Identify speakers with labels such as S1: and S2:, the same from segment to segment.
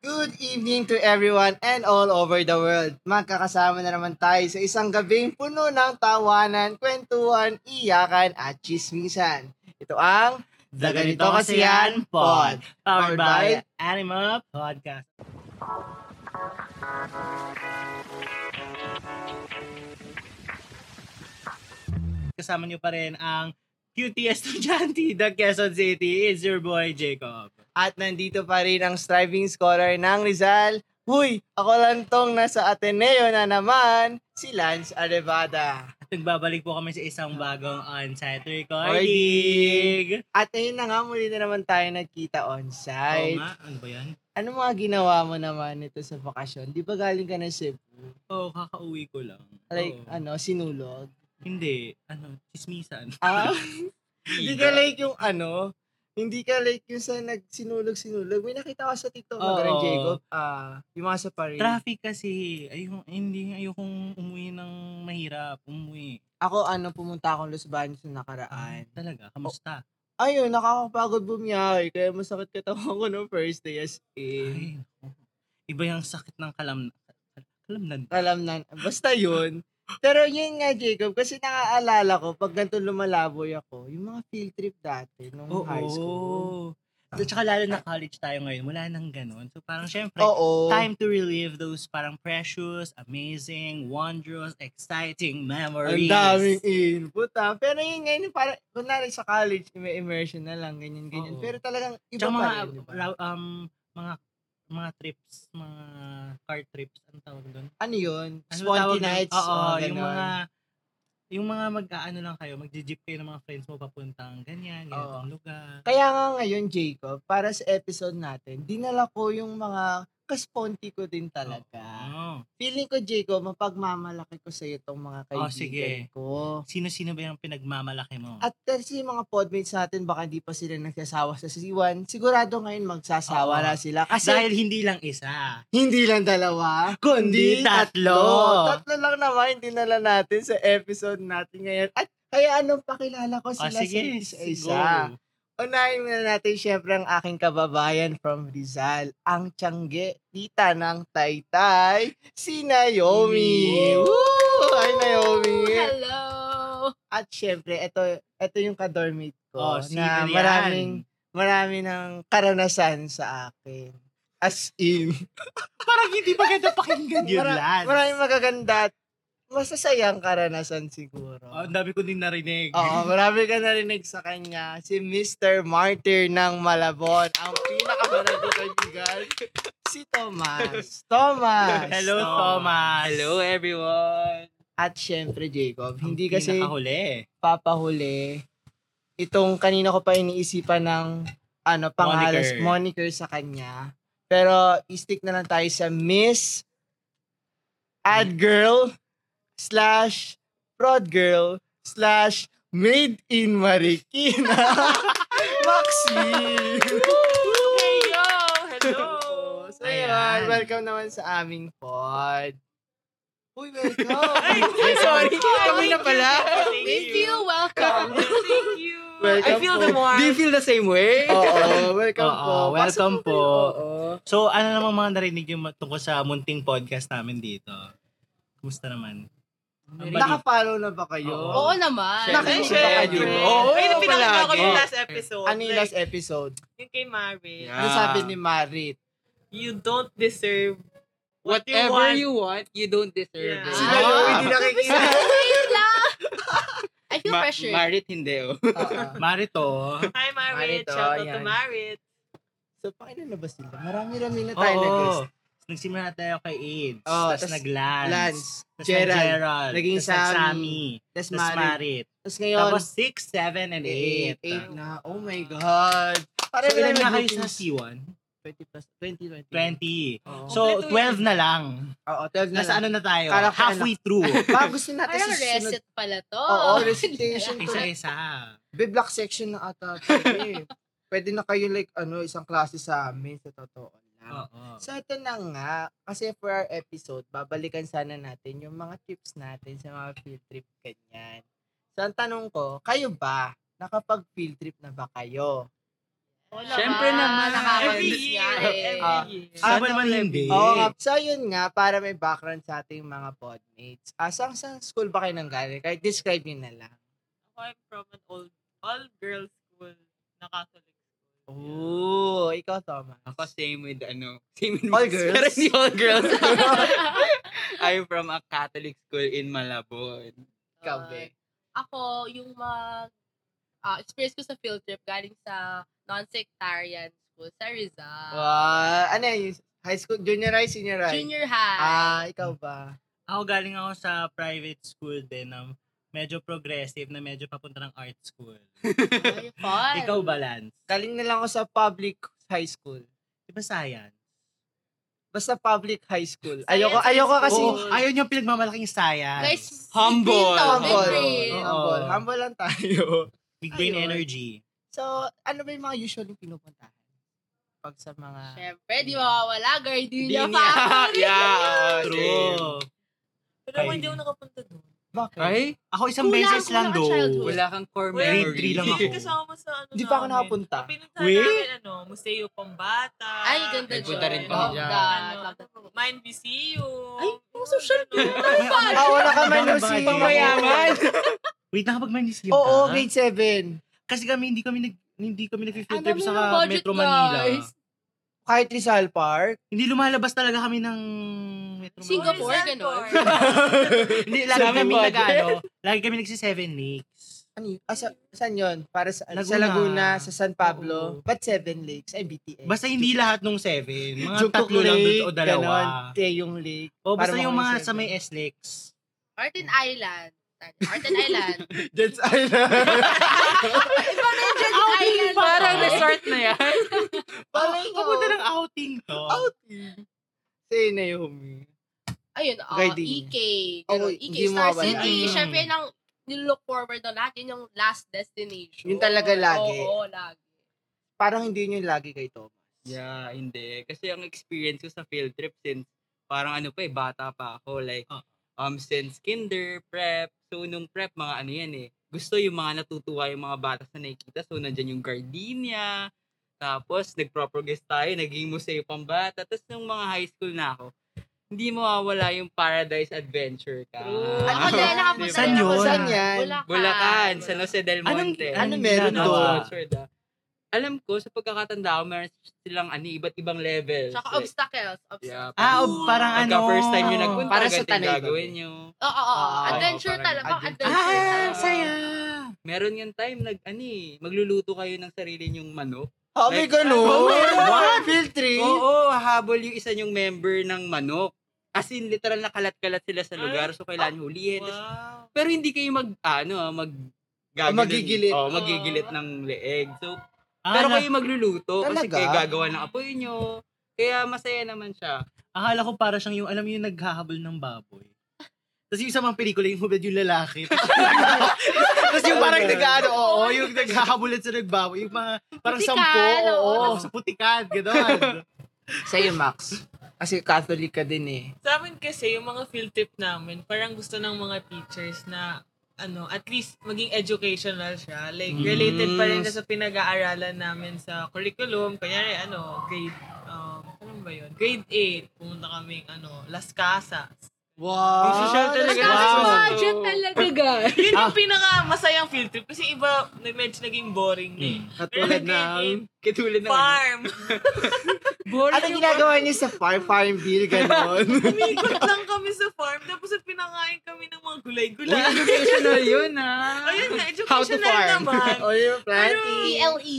S1: Good evening to everyone and all over the world. Magkakasama na naman tayo sa isang gabing puno ng tawanan, kwentuhan, iyakan at chismisan. Ito ang The Ganito Kasi Yan Pod.
S2: powered
S1: by
S2: by Anima Podcast. Kasama niyo pa rin ang QT Estudyante ng Quezon City. It's your boy, Jacob.
S1: At nandito pa rin ang striving scholar ng Rizal. Huy, ako lang tong nasa Ateneo na naman, si Lance Arevada.
S2: At nagbabalik po kami sa isang bagong on-site
S1: Recording.
S2: recording.
S1: At ayun na nga, muli na naman tayo nagkita
S2: Oo
S1: on-site.
S2: nga, ano ba yan?
S1: ano mga ginawa mo naman nito sa bakasyon? Di ba galing ka na Cebu?
S2: Oo, oh, kakauwi ko lang.
S1: Like,
S2: Oo.
S1: ano, sinulog?
S2: Hindi, ano, chismisan.
S1: Ah, hindi ka like yung ano, hindi ka like yung sa nagsinulog-sinulog. May nakita ko sa TikTok na
S2: Oo.
S1: ganun, Jacob. Ah, yung mga sa Paris.
S2: Traffic kasi. Ayun, hindi, ayokong umuwi ng mahirap. Umuwi.
S1: Ako, ano, pumunta akong Los Baños na nakaraan.
S2: Talaga, kamusta?
S1: Mm. Ayun, nakakapagod bumiyahe. Kaya masakit katawan ko no first day as in.
S2: Ay, naku. iba yung sakit ng kalam kalamnan.
S1: Alam na, basta yun. Pero yun nga, Jacob, kasi nakaalala ko, pag ganito lumalaboy ako, yung mga field trip dati, nung
S2: Oo.
S1: high school.
S2: At saka lalo na college tayo ngayon, wala nang ganun. So parang syempre,
S1: Oo.
S2: time to relive those parang precious, amazing, wondrous, exciting
S1: Ang
S2: memories.
S1: daming input ah. Pero yun ngayon, para, kunwari sa college, may immersion na lang, ganyan, ganyan.
S2: Oo.
S1: Pero talagang iba
S2: Tsaka
S1: pa
S2: mga,
S1: rin. di ba?
S2: ra- um, mga, mga trips, mga car trips, ang tawag doon?
S1: Ano yun?
S2: Ano
S1: Sponty
S2: tawag
S1: nights?
S2: Oo,
S1: mga
S2: yung
S1: ganon.
S2: mga yung mga mag-aano lang kayo, magji-jeep kayo ng mga friends mo papuntang ganyan, ganitong lugar.
S1: Kaya nga ngayon, Jacob, para sa episode natin, dinala ko yung mga kasponti ko din talaga.
S2: Oo.
S1: Feeling ko, Jacob, mapagmamalaki ko sa itong mga kaibigan
S2: Oh, sige.
S1: ko.
S2: Sino-sino ba yung pinagmamalaki mo?
S1: At kasi yung mga podmates natin, baka hindi pa sila nagsasawa sa siwan. Sigurado ngayon magsasawa
S2: Oo.
S1: na sila. Kasi
S2: Dahil hindi lang isa.
S1: Hindi lang dalawa, kundi
S2: Kundi tatlo.
S1: Tatlo lang naman yung dinala natin sa episode natin ngayon. At kaya anong pakilala ko
S2: O
S1: sila
S2: Ah, sige,
S1: sa
S2: sige,
S1: isa-isa. Unahin muna natin syempre ang aking kababayan from Rizal, ang tiyangge, tita ng taytay, si Naomi.
S2: Woo!
S1: Woo! Hi, Naomi.
S3: Hello!
S1: At syempre, ito, ito yung kadormate ko
S2: Oh, si
S1: na
S2: Rian.
S1: maraming, marami ng karanasan sa akin. As in,
S2: Parang hindi maganda pakinggan yun,
S1: Mara-
S2: lads.
S1: Maraming magaganda at masasayang karanasan siguro.
S2: Oh, ang dami ko din narinig.
S1: Oo, marami ka narinig sa kanya. Si Mr. Martyr ng Malabon. Ang pinakamarami ko kaibigan. Si Thomas. Thomas!
S2: Hello, Thomas.
S4: Hello everyone!
S1: At syempre, Jacob,
S2: Ang
S1: hindi kasi
S2: pinakahuli.
S1: papahuli. Itong kanina ko pa iniisipan ng ano, pangalas,
S2: Moniker.
S1: moniker sa kanya. Pero, stick na lang tayo sa Miss Ad Girl slash Prod Girl slash Made in Marikina Maxine!
S4: Hey yo! Hello!
S1: so, ayan.
S2: Ayan.
S1: Welcome naman sa aming pod. Uy, welcome!
S2: Ay, sorry.
S1: Kami na pala.
S4: Thank
S3: We
S4: you.
S3: feel welcome!
S4: Thank you!
S1: Welcome
S4: I feel the
S1: po.
S4: warmth.
S1: Do you
S4: feel the same way?
S1: Oo, welcome
S2: Oo,
S1: po. Pasok
S2: welcome
S1: po.
S2: po.
S1: kayo. Oo.
S2: So, ano namang mga narinig yung tungkol sa munting podcast namin dito? Kumusta naman? Ang bali-
S1: Naka-follow na ba kayo?
S3: Oo naman!
S1: Nakikita
S4: Nakikita
S1: ka
S4: ka
S1: yun.
S4: Oo,
S1: Oo,
S4: Ay,
S1: palagi.
S4: pinakita ko yung last episode.
S1: Ano yung last
S4: Like,
S1: episode?
S4: Yung kay Mari.
S1: Ano
S2: Ah.
S1: sabi ni Marit?
S4: You don't deserve what you
S5: Whatever
S4: want.
S5: you want, you don't deserve
S4: Yeah.
S5: it.
S1: Sila
S3: Ah.
S1: yung hindi nakikita.
S3: Wait lang! I feel
S5: Ma-
S3: pressured.
S5: Marit, hindi oh.
S1: Oo.
S2: Marito.
S4: Hi Marit!
S1: Marito,
S4: Shout out to
S1: ayan.
S4: Marit!
S1: So, pakinan na ba sila? Marami-rami na tayo nag-guest.
S2: Nagsimula tayo kay AIDS.
S1: Oo,
S2: tas
S1: tas
S2: nag-Lance.
S1: Lance,
S2: tas
S1: Gerald,
S2: nag-Gerald.
S1: naging
S2: tas nag-
S1: Sammy, tas
S2: Tas
S1: Marit. Eh,
S2: Marit.
S1: Tas ngayon,
S2: Tapos 6, 7, and 8.
S1: 8 na. Oh my God. Para
S2: So, ilan na kayo sa C1?
S1: Mm. 20 plus, 20, 20.
S2: 20.
S1: Oo, so,
S2: So,
S4: Kompleto
S2: 12 na lang.
S1: oo 12 na
S2: Nasa
S1: lang.
S2: ano na tayo?
S1: Kala ko
S2: Halfway through.
S1: Baka gusto natin
S3: Parang
S1: sa susunod.
S3: reset pala to.
S1: Oo, recitation to
S2: Isa-isa.
S1: Biblock section na ata. tayo eh. Pwede na kayo like ano, isang klase sa amin sa totoo lang.
S2: Oo.
S1: So ito na nga, kasi for our episode, babalikan sana natin yung mga tips natin sa mga field trip ganyan. So ang tanong ko, kayo ba? Nakapag field trip na ba kayo?
S3: Wala
S5: Siyempre
S3: ba?
S5: naman.
S3: Nakakamiss
S4: Every
S3: nga
S4: year.
S3: eh.
S4: Every
S1: Ah,
S4: year.
S1: Sana
S2: Habang man hindi.
S1: Oo nga. So, yun nga, para may background sa ating mga podmates. Ah, saan, saan school ba kayo nanggaling? Kahit describe nyo na lang.
S4: Ako, I'm from an old, all-girls school na Catholic.
S1: Oo, ikaw, Thomas.
S5: Ako same with ano, same with
S1: All
S5: Miss,
S1: girls?
S5: Pero hindi all girls. I'm from a Catholic school in Malabon.
S1: Ikaw,
S3: Ah,
S1: Vic.
S3: Ako, yung mag, ah, experience ko sa field trip galing sa non-sectarian school sa Rizal.
S1: Wow. Ano yun? High school? Junior high, senior high?
S3: Junior high.
S1: Ah, ikaw ba?
S2: Ako galing ako sa private school din na medyo progressive na medyo papunta ng art school.
S3: Ay, fun.
S2: Ikaw balance.
S1: Galing na lang ako sa public high school.
S2: Di ba science?
S1: Basta public high school.
S3: Science
S1: Ayoko,
S3: high
S1: ayoko kasi...
S2: Oo, ayaw niyang pinagmamalaking science.
S3: Guys,
S5: Humble.
S3: big brain to, big
S1: Humble.
S3: brain.
S2: Oo.
S1: Humble. Humble lang tayo.
S2: Big brain
S3: ayun.
S2: energy.
S1: So, ano ba yung mga usually pinupuntahan? Pag sa mga...
S3: Siyempre, di mawawala. Gardenia
S5: Dinya.
S3: Factory.
S5: yeah, same.
S2: True.
S4: Pero
S2: Ay.
S4: ako hindi ako nakapunta doon.
S1: Bakit?
S5: Ay,
S2: Ako isang
S3: Kulang,
S2: beses lang
S3: kulang ang
S2: doon.
S3: childhood.
S5: wala kang core
S4: Well,
S5: memory.
S2: grade three lang ako.
S4: Hindi kasama sa ano
S1: Hindi pa ako
S4: namin.
S1: nakapunta.
S4: Ang Pinunta
S2: Wait.
S4: namin, ano, Museo Pambata.
S3: Ay, ganda
S5: Ay,
S3: dyan.
S5: punta rin
S3: Love
S5: kami dyan.
S3: that.
S4: Ano,
S3: Love that.
S4: Mind Museum. Ano,
S3: Ay, oh, social
S4: Ganun.
S1: Ah, wala ka man
S2: Ano ba
S1: Lucy.
S2: yun?
S5: Pangmayaman.
S2: Wait, nakapag-mindis ka?
S1: Oo, grade 7.
S2: Kasi kami hindi kami nag hindi kami nag-field
S3: Ang
S2: trip
S3: dami ng
S2: sa
S3: budget,
S2: Metro Manila.
S3: guys.
S1: Kahit Rizal Park.
S2: Hindi lumalabas talaga kami ng Metro Manila.
S3: Singapore.
S4: ganun.
S2: Hindi, lagi
S5: Sabi
S2: kami
S5: budget.
S2: nag-ano. Lagi kami nagsi-seven lakes.
S1: Ano yun? Ah, sa, saan yun? Para sa Laguna. sa
S2: Laguna.
S1: Laguna, sa San Pablo.
S2: Oo.
S1: Ba't Seven Lakes? Ay, BTS.
S2: Basta hindi lahat nung seven. Mga
S1: Jungkook
S2: tatlo lang doon o
S1: Lake,
S2: dalawa.
S1: ganon. Taeyong Lake.
S2: O basta
S1: Para
S2: yung
S1: makuha
S2: mga
S1: yung
S2: sa may
S1: seven.
S2: S-Lex.
S3: Martin Island. Martin Island.
S2: e-
S1: Jets Island.
S3: Iba na yung Jeju Island.
S5: Parang
S4: Ano?
S3: Oo.
S5: resort na yan.
S1: Parang
S2: Kapunta ng outing to.
S5: Oh,
S1: outing. Say na yung
S3: Ayun, ah,
S1: Gardenia.
S3: EK.
S1: Oo,
S3: Ganun, EK,
S1: hindi
S3: E Star
S1: mawawala.
S3: City.
S5: Hmm.
S2: Ayun.
S3: Siyempre, yun ang nilook forward na lahat. Yun yung last destination.
S1: Yun talaga lagi.
S3: Oo, lagi.
S1: Parang hindi yun yung lagi kay Thomas.
S5: Yeah, hindi. Kasi ang experience ko sa field trip since parang ano pa eh, bata pa ako. Like,
S2: Ah.
S5: um, since kinder, prep. So, nung prep, mga ano yan eh. Gusto yung mga natutuwa yung mga bata sa nakikita. So, nandyan yung gardenia. Tapos, nagpro-progress tayo. Naging museo pang bata. Tapos, nung mga high school na ako, hindi mawawala yung Paradise Adventure ka.
S3: True. Ano Ako
S1: Ah,
S3: din, nakapunta
S2: Saan
S3: rin ako
S2: yun?
S3: sa
S1: Saan yan?
S3: Bulacan.
S5: Bulacan, San Jose del Monte.
S1: Ano Ah, meron
S5: Ano
S1: doon?
S5: ba? Sure da. Alam ko, sa pagkakatanda ko, meron silang ano, iba't ibang levels.
S3: Tsaka
S5: Like,
S3: obstacles. obstacles.
S5: yeah,
S2: Ah,
S5: parang-
S2: o parang ano.
S5: Pagka first time yung nagpunta,
S1: Para
S5: para
S1: sa
S5: sa
S1: tanay ba?
S5: gagawin nyo.
S3: Oo, oo, oo.
S1: Ah,
S3: Adventure
S5: parang
S3: talaga. Pang
S5: adventure.
S3: adventure
S2: Ah,
S3: talaga.
S2: saya.
S5: Meron yung time, nag, ano eh, magluluto kayo ng sarili nyong manok.
S1: Oh, may
S5: Like,
S1: ganun.
S5: oh, meron
S1: Wow, field trip.
S5: Oo, hahabol yung isa nyong member ng manok. As in, literal na kalat-kalat sila sa lugar, so kailangan
S1: ah,
S5: nyo hulihin. Tas-
S4: Wow.
S5: Pero hindi kayo mag, ano, ah, mag, gagawin-
S1: Magigilit.
S5: Oo, magigilit ng leeg. So,
S2: Ah,
S5: Pero
S2: na-
S5: kayo magluluto kasi
S1: Talaga?
S5: kayo gagawa ng apoy nyo. Kaya masaya naman siya.
S2: Akala ko para siyang yung, alam mo yung naghahabol ng baboy. Tapos yung sa mga pelikula, yung hubad yung lalaki. Tapos yung parang nag-ano, oo, yung naghahabulan sa nagbaboy. Yung mga, parang
S3: Putikan,
S2: sampo, oo,
S3: oo.
S2: sa putikan, gano'n.
S1: Sa'yo, Max. Kasi Catholic ka din eh.
S4: Sa amin kasi, yung mga field trip namin, parang gusto ng mga teachers na ano, at least maging educational siya. Like, related pa
S1: Mm.
S4: rin na sa pinag-aaralan namin sa curriculum. Kanyari, ano, grade, um, ano ba yun? Grade 8, pumunta kaming, ano, Las Casas.
S1: Wow.
S5: social talaga.
S3: Nagkakaroon ng
S5: Wow.
S3: budget talaga, guys.
S4: Yun
S5: Ah.
S4: yung pinaka-masayang field trip kasi iba, na- medyo naging boring
S5: Mm.
S4: na eh. Pero
S1: Katulad
S4: grade
S1: ng...
S5: Katulad
S4: 8,
S5: na
S4: farm.
S1: Ano ginagawa niyo sa farm, farm bill, gano'n?
S4: Umiikot lang kami sa farm, tapos at pinakain kami ng mga
S5: Uy,
S4: gulay-gulay.
S5: educational yun ah.
S4: Ayun na,
S5: How to
S4: educational
S5: farm.
S1: o
S4: naman.
S5: Oh,
S1: yung planting.
S4: E.
S3: PLE.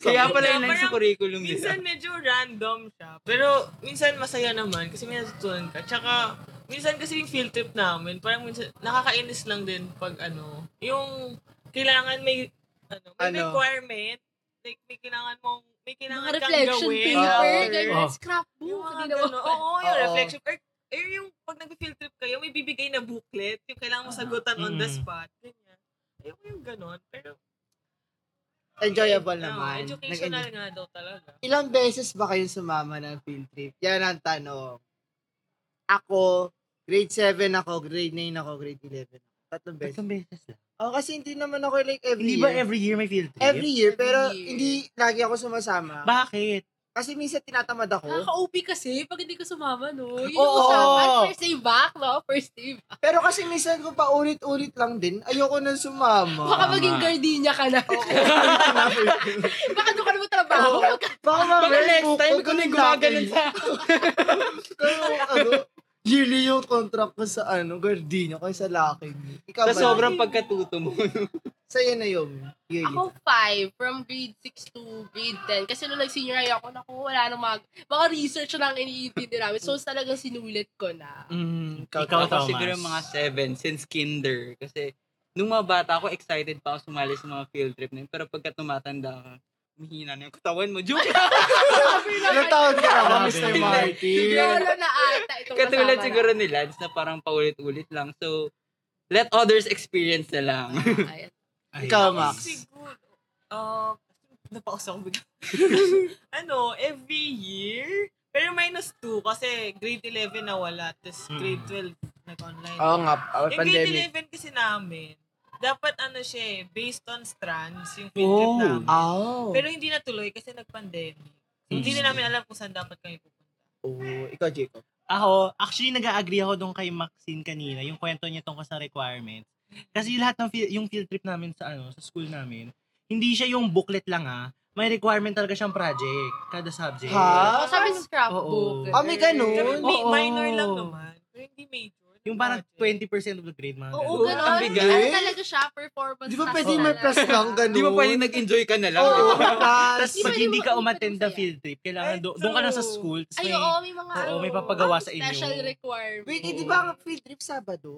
S5: Kaya pala yun lang sa
S4: Parang
S5: curriculum nila.
S4: Minsan medyo random siya. Pero minsan masaya naman kasi may natutunan ka. Tsaka minsan kasi yung field trip namin, parang minsan nakakainis lang din pag ano, yung kailangan may ano, may
S1: Ano?
S4: requirement, like may kailangan mong may
S3: Mga
S4: kailangan kang
S3: reflection
S4: gawin. Oh.
S3: paper,
S1: Oo.
S3: ganyan,
S2: Oo.
S4: Yung
S3: scrapbook.
S4: mga
S3: Hindi naman.
S4: ganun. oh. Oo, yung
S1: Oo.
S4: reflection. Or, or yung pag nag-field trip kayo, may bibigay na booklet, yung kailangan mo sagutan on the
S2: Mm.
S4: spot. Ganyan. Ayoko yung ganun. Pero,
S1: Enjoyable
S4: ano,
S1: naman.
S4: educational
S1: Nag-enjoy.
S4: nga daw talaga.
S1: Ilang beses ba kayo sumama ng field trip? Yan ang tanong. Ako, grade 7 ako, grade 9 ako, grade 11 ako. Tatlong beses.
S2: beses lang.
S1: Oh, kasi hindi naman ako like every
S2: Hindi
S1: year.
S2: ba every year may field trip?
S1: Every year,
S3: Every
S1: pero
S3: year.
S1: hindi lagi ako sumasama.
S2: Bakit?
S1: kasi minsan tinatamad ako.
S3: Nakaka-OP kasi pag hindi ka sumama, no? Yun
S1: Oo.
S3: ang usapan. First day back, no? First day back.
S1: Pero kasi minsan kung paulit-ulit lang din, ayoko nang sumama.
S3: Baka maging gardenia ka na. Baka doon ka na magtrabaho.
S1: Baka mga
S5: Baka next time, kung may gumaganon sa...
S1: Kaya ano, yearly yung contract ko sa ano, gardino, kaya sa laki. Ikaw
S5: Sa
S1: ba?
S5: sobrang pagkatuto mo.
S1: Sa'yo na yun. Yearly.
S3: Ako five, from grade 6 to grade 10. Kasi nung nag-senior high ako, naku, wala nang mag... Mga research lang iniintindi namin. So, talagang sinulit ko na.
S5: Mm,
S2: Ikaw, Thomas.
S5: siguro mga seven since kinder. Kasi nung mga bata ako, excited pa ako sumali sa mga field trip na yun. Pero pagka tumatanda ka, mahina na yung katawan mo. Joke!
S1: Ilang taon ka na ba,
S2: Grabe.
S1: Mr. Marty?
S3: Lolo na ata itong
S5: Katulad
S3: kasama
S5: siguro ni Lance na parang paulit-ulit lang. So, let others experience na lang.
S3: natin. Ayan.
S2: Ay,
S1: Ikaw, Oh,
S4: Ako
S1: Max.
S4: Siguro, uh, napausa ako bigla. ano, every year, pero minus 2 kasi grade 11 na wala, tapos
S2: Mm.
S4: grade 12 nag-online.
S1: Oo nga, ah,
S4: yung
S1: pandemic.
S4: grade 11 kasi namin, dapat ano siya eh, based on strands yung field
S2: Oh.
S4: trip
S2: Hmm.
S4: namin.
S1: Oh.
S4: Pero hindi natuloy kasi nag-pandemic. So, Hindi na namin alam kung saan dapat kami pupunta.
S1: oh, ikaw, Jacob.
S2: Ako, actually nag-agree ako doon kay Maxine kanina, yung kwento niya tungkol sa requirements. Kasi lahat ng fi- yung field trip namin sa ano, sa school namin, hindi siya yung booklet lang ha. May requirement talaga siyang project, kada subject.
S1: Ha?
S3: Oh, sabi sa scrapbook.
S2: Oo.
S1: Ah, may
S2: Ano?
S1: ganun?
S4: Pero may
S2: Oo.
S4: minor lang naman. Pero hindi major.
S2: Yung parang 20%
S4: Project.
S2: of the grade mga
S3: Oo,
S5: Oo,
S3: ganun.
S5: ang bigat.
S3: Ano talaga siya? Performance.
S1: Di ba
S3: task
S1: pwede
S3: na
S1: may
S3: lang.
S1: plus lang, ganun?
S5: Hindi mo pwede nag-enjoy ka na lang.
S1: Oo,
S5: di ba?
S1: tas,
S2: Tapos pag
S3: Hindi pwede
S2: hindi
S3: mo-
S2: ka
S3: hindi
S2: umattend
S3: pwede
S2: ng
S3: masaya.
S2: field trip, kailangan
S4: Ay,
S2: do- doon ka lang sa
S4: true.
S2: school. eh, tas
S3: Ay,
S2: may-
S3: oo, may mga
S2: Oo,
S3: ano,
S2: may papagawa sa
S3: Special
S2: inyo.
S3: requirement.
S1: wait, hindi ba ang field trip Sabado?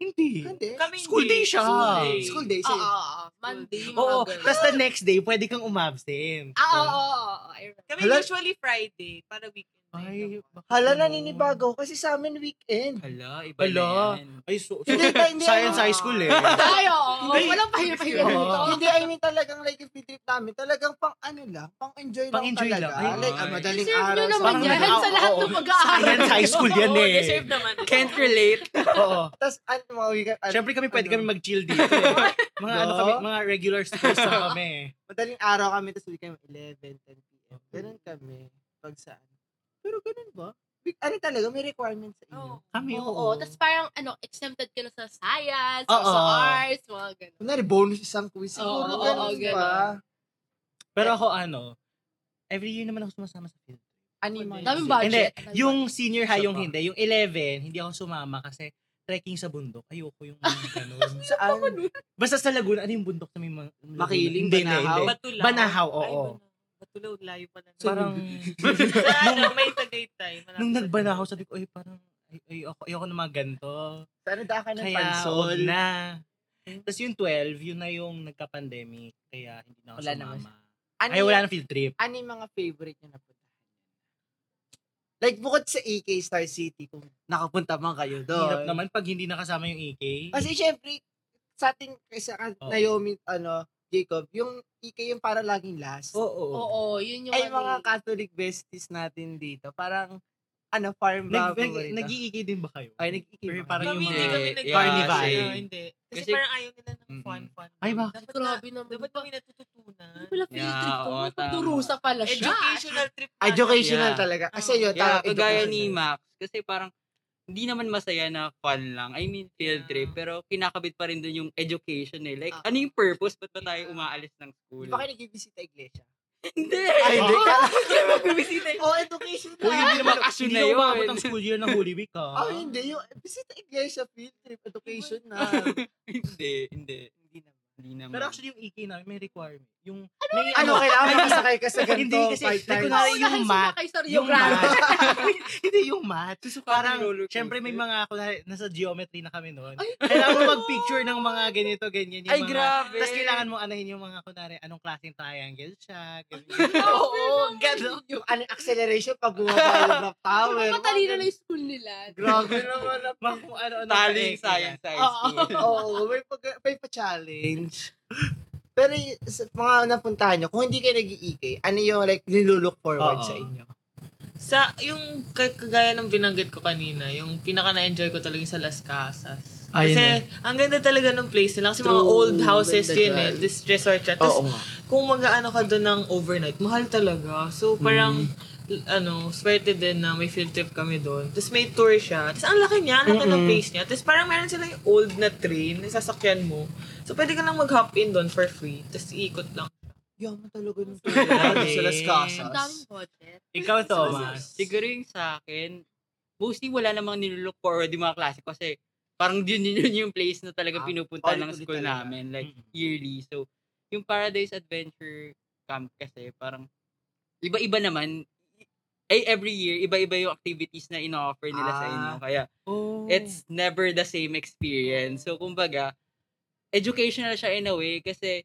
S2: Hindi.
S1: Hindi.
S4: Kami
S2: School day
S4: hindi.
S2: siya.
S5: School day.
S1: School day,
S3: Oo,
S1: sa'yo.
S3: oo, oo. Monday, mga
S2: Oo,
S3: ganun.
S2: tapos the next day, pwede kang umabsent.
S3: Ah, oo, oo, oo. I remember.
S4: Kami
S1: Hala-
S4: usually Friday, para weekend.
S2: Ay, baka-
S1: Hala, naninibago kasi sa amin weekend.
S5: Hala, iba
S2: Hala.
S5: na yan.
S2: Ay, so,
S1: Hindi, hindi,
S2: science
S1: ano.
S2: high school eh.
S3: Ay, oo.
S1: Hindi.
S3: Walang pahirap-hirap
S2: Oo.
S3: dito.
S1: Hindi, I mean talagang like yung field trip namin, talagang pang ano lang, pang enjoy lang
S2: Pang-enjoy lang.
S1: talaga.
S2: Ay,
S1: like, ah,
S5: ay.
S1: madaling
S3: Deserve nyo
S1: araw. sa-
S3: naman
S2: Parang
S3: yan
S2: nag-
S3: sa lahat
S2: oo,
S3: ng mag-aaral.
S2: Science high school yan
S4: Oo,
S2: eh.
S4: deserve naman.
S5: Can't relate.
S2: Oo.
S1: Tapos, ano, mga weekend, ano,
S2: Siyempre kami pwede
S1: ano,
S2: kami mag-chill dito. eh. mga ano
S1: No?
S2: kami, mga regular schools na kami. eh.
S1: madaling araw kami, tapos weekend, 11, 10 p.m. Ganun kami, pag saan. Pero ganun ba? Big, ano talaga, may requirement sa inyo.
S4: Oo.
S2: Kami, oh. oo.
S3: Oo, tapos parang ano, exempted ka na sa science,
S2: Oo.
S3: sa arts, mga ganun.
S1: Kunwari, bonus isang quiz. Siguro,
S3: Oo, oo,
S1: ganun
S3: ganun.
S1: ba?
S2: Pero ako ano, every year naman ako sumasama sa field.
S1: Ano yung mga-
S3: Daming budget.
S2: Hindi,
S3: Daming
S2: yung senior high yung
S5: Isa pa.
S2: hindi. Yung 11, hindi ako sumama kasi trekking sa bundok. Ayoko yung mga ganun.
S1: Saan?
S2: Basta sa Laguna, ano yung bundok na may mga... Laguna?
S1: Makiling,
S2: Hindi, hindi,
S1: Banahaw?
S2: hindi.
S4: Batulaw.
S2: Banahaw, oo.
S4: Ay, Batulaw, layo pa lang.
S2: Parang,
S4: Sa ano, may Tagaytay. malapit
S2: nung
S4: sa
S2: nagbanahaw,
S4: Tagaytay.
S2: sabi ko, ay parang, ay, ay, ako, ayoko na mga ganito.
S1: Saan ano daan ka ng
S2: Kaya,
S1: pansol?
S2: huwag na. Tapos yung 12, yun na yung nagka-pandemic. Kaya hindi na ako
S1: Wala
S2: sumama.
S1: naman. Ano
S2: Ay,
S1: yung-
S2: wala na field trip.
S1: ano yung mga favorite niyo napuntahan? Like, bukod sa AK Star City, kung nakapunta man kayo doon.
S2: Hirap naman pag hindi nakasama yung E EK.
S1: Kasi syempre, sa ating, sa ka-
S2: Oo.
S1: Naomi, ano, Jacob, yung AK yung para laging last.
S2: Oo.
S3: Oo, yun yung
S1: Ay,
S3: ano
S1: mga
S3: eh.
S1: Catholic besties natin dito. Parang, ano, farm ba?
S2: Nag, nag,
S1: favorite?
S2: nag-EK din ba kayo?
S1: Ay, nag-iiki
S2: Pero
S1: ba?
S2: parang yung
S4: Kami hindi
S2: mga...
S4: kami
S5: Yeah,
S4: nag-
S2: carnival.
S4: Yeah, hindi. Kasi
S5: Kasi-
S4: parang ayaw nila ng
S5: Mm-mm.
S4: fun-fun.
S2: Ay, bakit?
S4: Dapat na,
S3: Grabe naman.
S4: dapat kami natututunan.
S3: Wala field trip
S5: Yeah,
S3: ko.
S5: oo, tama.
S3: Pagdurusa pala
S1: Eh,
S3: siya.
S4: Educational trip. na-
S1: Educational
S5: Yeah.
S1: talaga. Kasi
S4: Oo.
S1: yun,
S5: Yeah,
S1: tama,
S5: kagaya
S1: educational.
S5: ni Max. Kasi parang, hindi naman masaya na fun lang. I mean, field
S4: Yeah.
S5: trip. Pero kinakabit pa rin dun yung education eh. Like,
S1: Ah.
S5: ano yung purpose? Ba't ba
S4: Yeah.
S5: tayo umaalis ng
S1: Di
S5: school?
S1: ba kayo nag-ibisita iglesia?
S5: Hindi!
S1: Ay, hindi ka.
S5: Bumisita
S1: Oh, education
S2: Uy, hindi naman,
S5: Bakasyon
S2: hindi
S5: na
S2: naman
S5: yun.
S2: umabot ang school year ng Holy Week,
S1: Oh,
S2: ha?
S1: hindi. Yung bisita iglesia field trip education na.
S5: hindi, hindi. Hindi naman. Hindi naman.
S2: Pero actually, yung EK namin may requirement. Yung,
S1: ano, kailangan masakay ka sa ganito.
S2: Hindi, kasi,
S1: five
S2: like,
S1: times.
S2: kunwari,
S3: Naunahan
S2: yung
S3: sila
S2: math,
S3: kay Sir
S2: yung
S3: Yograno.
S2: math. hindi, yung math.
S5: Susuka
S2: Parang,
S5: ng roller coaster.
S2: syempre may mga, kunwari, nasa geometry na kami noon.
S1: Ay,
S2: Kailangan mo mag-picture ng mga ganito, ganyan. Yung
S5: Ay,
S2: mga,
S5: grabe.
S2: Tapos kailangan mo anahin yung mga, kunwari, anong klaseng triangle siya, ganyan.
S1: Oo, oh, gano'n. Yung ano, acceleration pag bumaba yung rock tower.
S3: Ang matalino na yung school nila.
S1: Grabe naman. na-
S2: Mga kung ano-ano.
S5: Taling
S2: pa, eh,
S5: Ano science high
S3: Oo.
S5: school.
S1: Oo, may, pag, may pa-challenge. Pero y- sa mga napuntahan nyo, kung hindi kayo nag-iikay, ano yung like nilulook forward
S2: Oo.
S1: sa inyo?
S4: Sa, yung k- kagaya ng binanggit ko kanina, yung pinaka na-enjoy ko talaga yung sa Las Casas.
S6: Ayun
S4: Kasi
S6: eh.
S4: ang ganda talaga ng place nila. Kasi mga
S3: True,
S4: old houses
S3: ganda
S4: yun
S3: dyan.
S4: eh. This resort siya. Tapos
S1: Oo nga.
S4: kung mag-ano ka doon ng overnight, mahal talaga. So parang l- ano, swerte din na may field trip kami doon. Tapos may tour siya. Tapos ang laki niya, ang laki ng place niya. Tapos parang meron sila yung old na train na sasakyan mo. So pwede ka lang mag-hop in doon for free. Tapos iikot lang.
S1: Yaman talaga ng
S5: Grabe.
S1: sa Las
S3: Ang
S1: Casas.
S3: daming budget.
S2: Ikaw, Thomas.
S5: Siguro yung sa akin, mostly wala namang nilook forward yung mga klase ko kasi parang yun, yun, yun yung place na talaga
S1: Ah,
S5: pinupunta ng
S1: ulit-ulit
S5: school
S1: talaga.
S5: namin. Like,
S2: Mm.
S5: yearly. So, yung Paradise Adventure Camp kasi parang iba-iba naman. Eh, every year, iba-iba yung activities na ino-offer nila sa
S1: Ah.
S5: inyo. Kaya,
S2: Oh.
S5: it's never the same experience. So, kumbaga, educational siya in a way kasi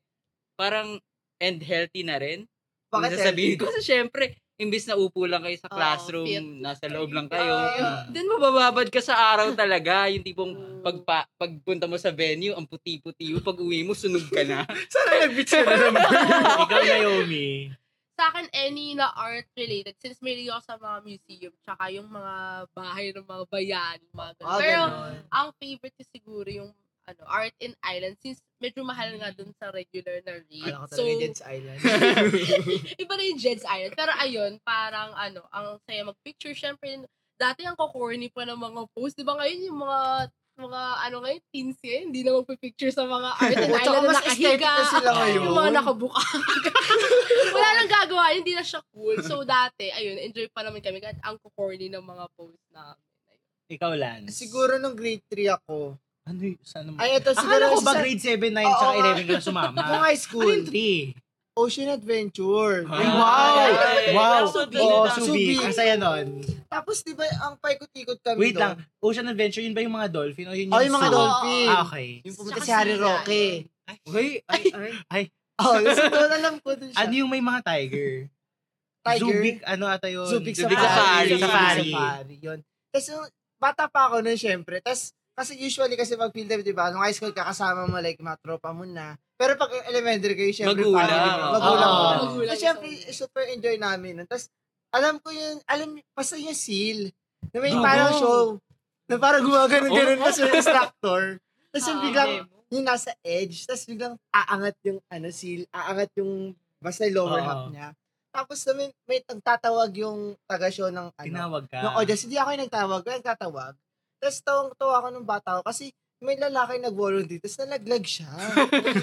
S5: parang and healthy na rin. Bakit
S1: Bakit
S5: sasabihin ko? Kasi syempre, imbis na upo lang kayo sa
S3: Oo,
S5: classroom,
S3: fit.
S5: nasa loob lang kayo,
S1: Ah.
S5: then mabababad ka sa araw talaga. Yung tipong
S3: Oo.
S5: pagpa, pagpunta mo sa venue, ang puti-puti mo. Pag uwi mo, sunog ka na.
S1: Sana nag-beach ka na naman.
S2: Ikaw, Naomi.
S3: Sa akin, any na art related. Since may ako sa mga museum, tsaka yung mga bahay ng mga bayan. Mga ganun.
S1: Ah,
S3: Pero,
S1: ganun.
S3: ang favorite ko siguro yung ano, art in island since medyo mahal nga dun sa regular na rate.
S1: Alam ko
S3: So,
S1: talaga, Dead's Island.
S3: iba na yung Jed's Island. Pero ayun, parang ano, ang saya mag-picture. Siyempre, dati ang kukorny pa ng mga post. Di ba ngayon yung mga mga ano ngayon, teens ngayon, hindi na magpipicture sa mga art in
S1: Oh, tsaka
S3: island na
S1: mas aesthetic
S3: nakahiga.
S1: na sila ngayon.
S3: Yung mga nakabuka. Wala nang gagawa, hindi na siya cool. So dati, ayun, enjoy pa naman kami. Kahit ang kukorny ng mga post namin.
S2: Ikaw, Lance.
S1: Siguro nung grade 3 ako.
S2: Ano yun? Saan naman?
S1: Ay, ito siguro.
S2: Akala ko ba
S1: sa-
S2: grade 7, 9,
S1: Oo
S2: tsaka
S1: nga.
S2: 11 ka na sumama?
S1: Nung high
S2: Ano
S1: school.
S2: yung 3?
S1: Ocean Adventure.
S5: Ah.
S1: Ay, wow!
S4: Ay,
S1: wow!
S4: Subi.
S1: Oo,
S2: Oh, Subi.
S1: Subi.
S2: Ang saya nun.
S1: Tapos di ba ang paikot-ikot kami
S2: Wait
S1: doon?
S2: lang. Ocean Adventure, yun ba yung mga dolphin? O yun yung
S1: Oh, yung mga
S2: zoo?
S3: Subi.
S1: dolphin.
S2: Ah, okay.
S1: Yung pumunta
S3: Tsaka
S1: si Harry
S3: sila,
S1: Roque.
S5: Uy, ay, ay.
S1: Oh, kasi doon alam ko doon siya.
S2: Ano yung may mga tiger?
S1: Tiger?
S2: Zubik, ano ata yun?
S1: Zubik
S5: Zubik
S1: Safari.
S5: Safari.
S1: Safari. Safari. Yun. Tapos yung bata pa ako nun, syempre. Tapos, kasi usually kasi pag field trip, di ba? Nung high school, kakasama mo like mga tropa mo na. Pero pag elementary kayo, syempre,
S5: Magulang.
S1: family mo.
S5: Oo.
S1: Magulang.
S2: Oo.
S1: mo.
S3: Magulang.
S1: So, syempre, super enjoy namin. nun. Tapos, alam ko yun, alam, basta yung seal. Na may
S5: Oo.
S1: parang show. Na parang gumagano-ganon. Tapos yung instructor. Tapos yung
S3: Ah.
S1: biglang, yung nasa edge, tapos biglang aangat yung ano seal, aangat yung basta yung lower
S2: Oo.
S1: half niya. Tapos na may, may nagtatawag yung taga show ng ano,
S2: Tinawag ka.
S1: ng audience. Hindi ako yung nagtawag, yung nagtatawag. Tapos tawang tawa ako nung bata ko kasi may lalaki nag-volunteer, tapos nalaglag siya.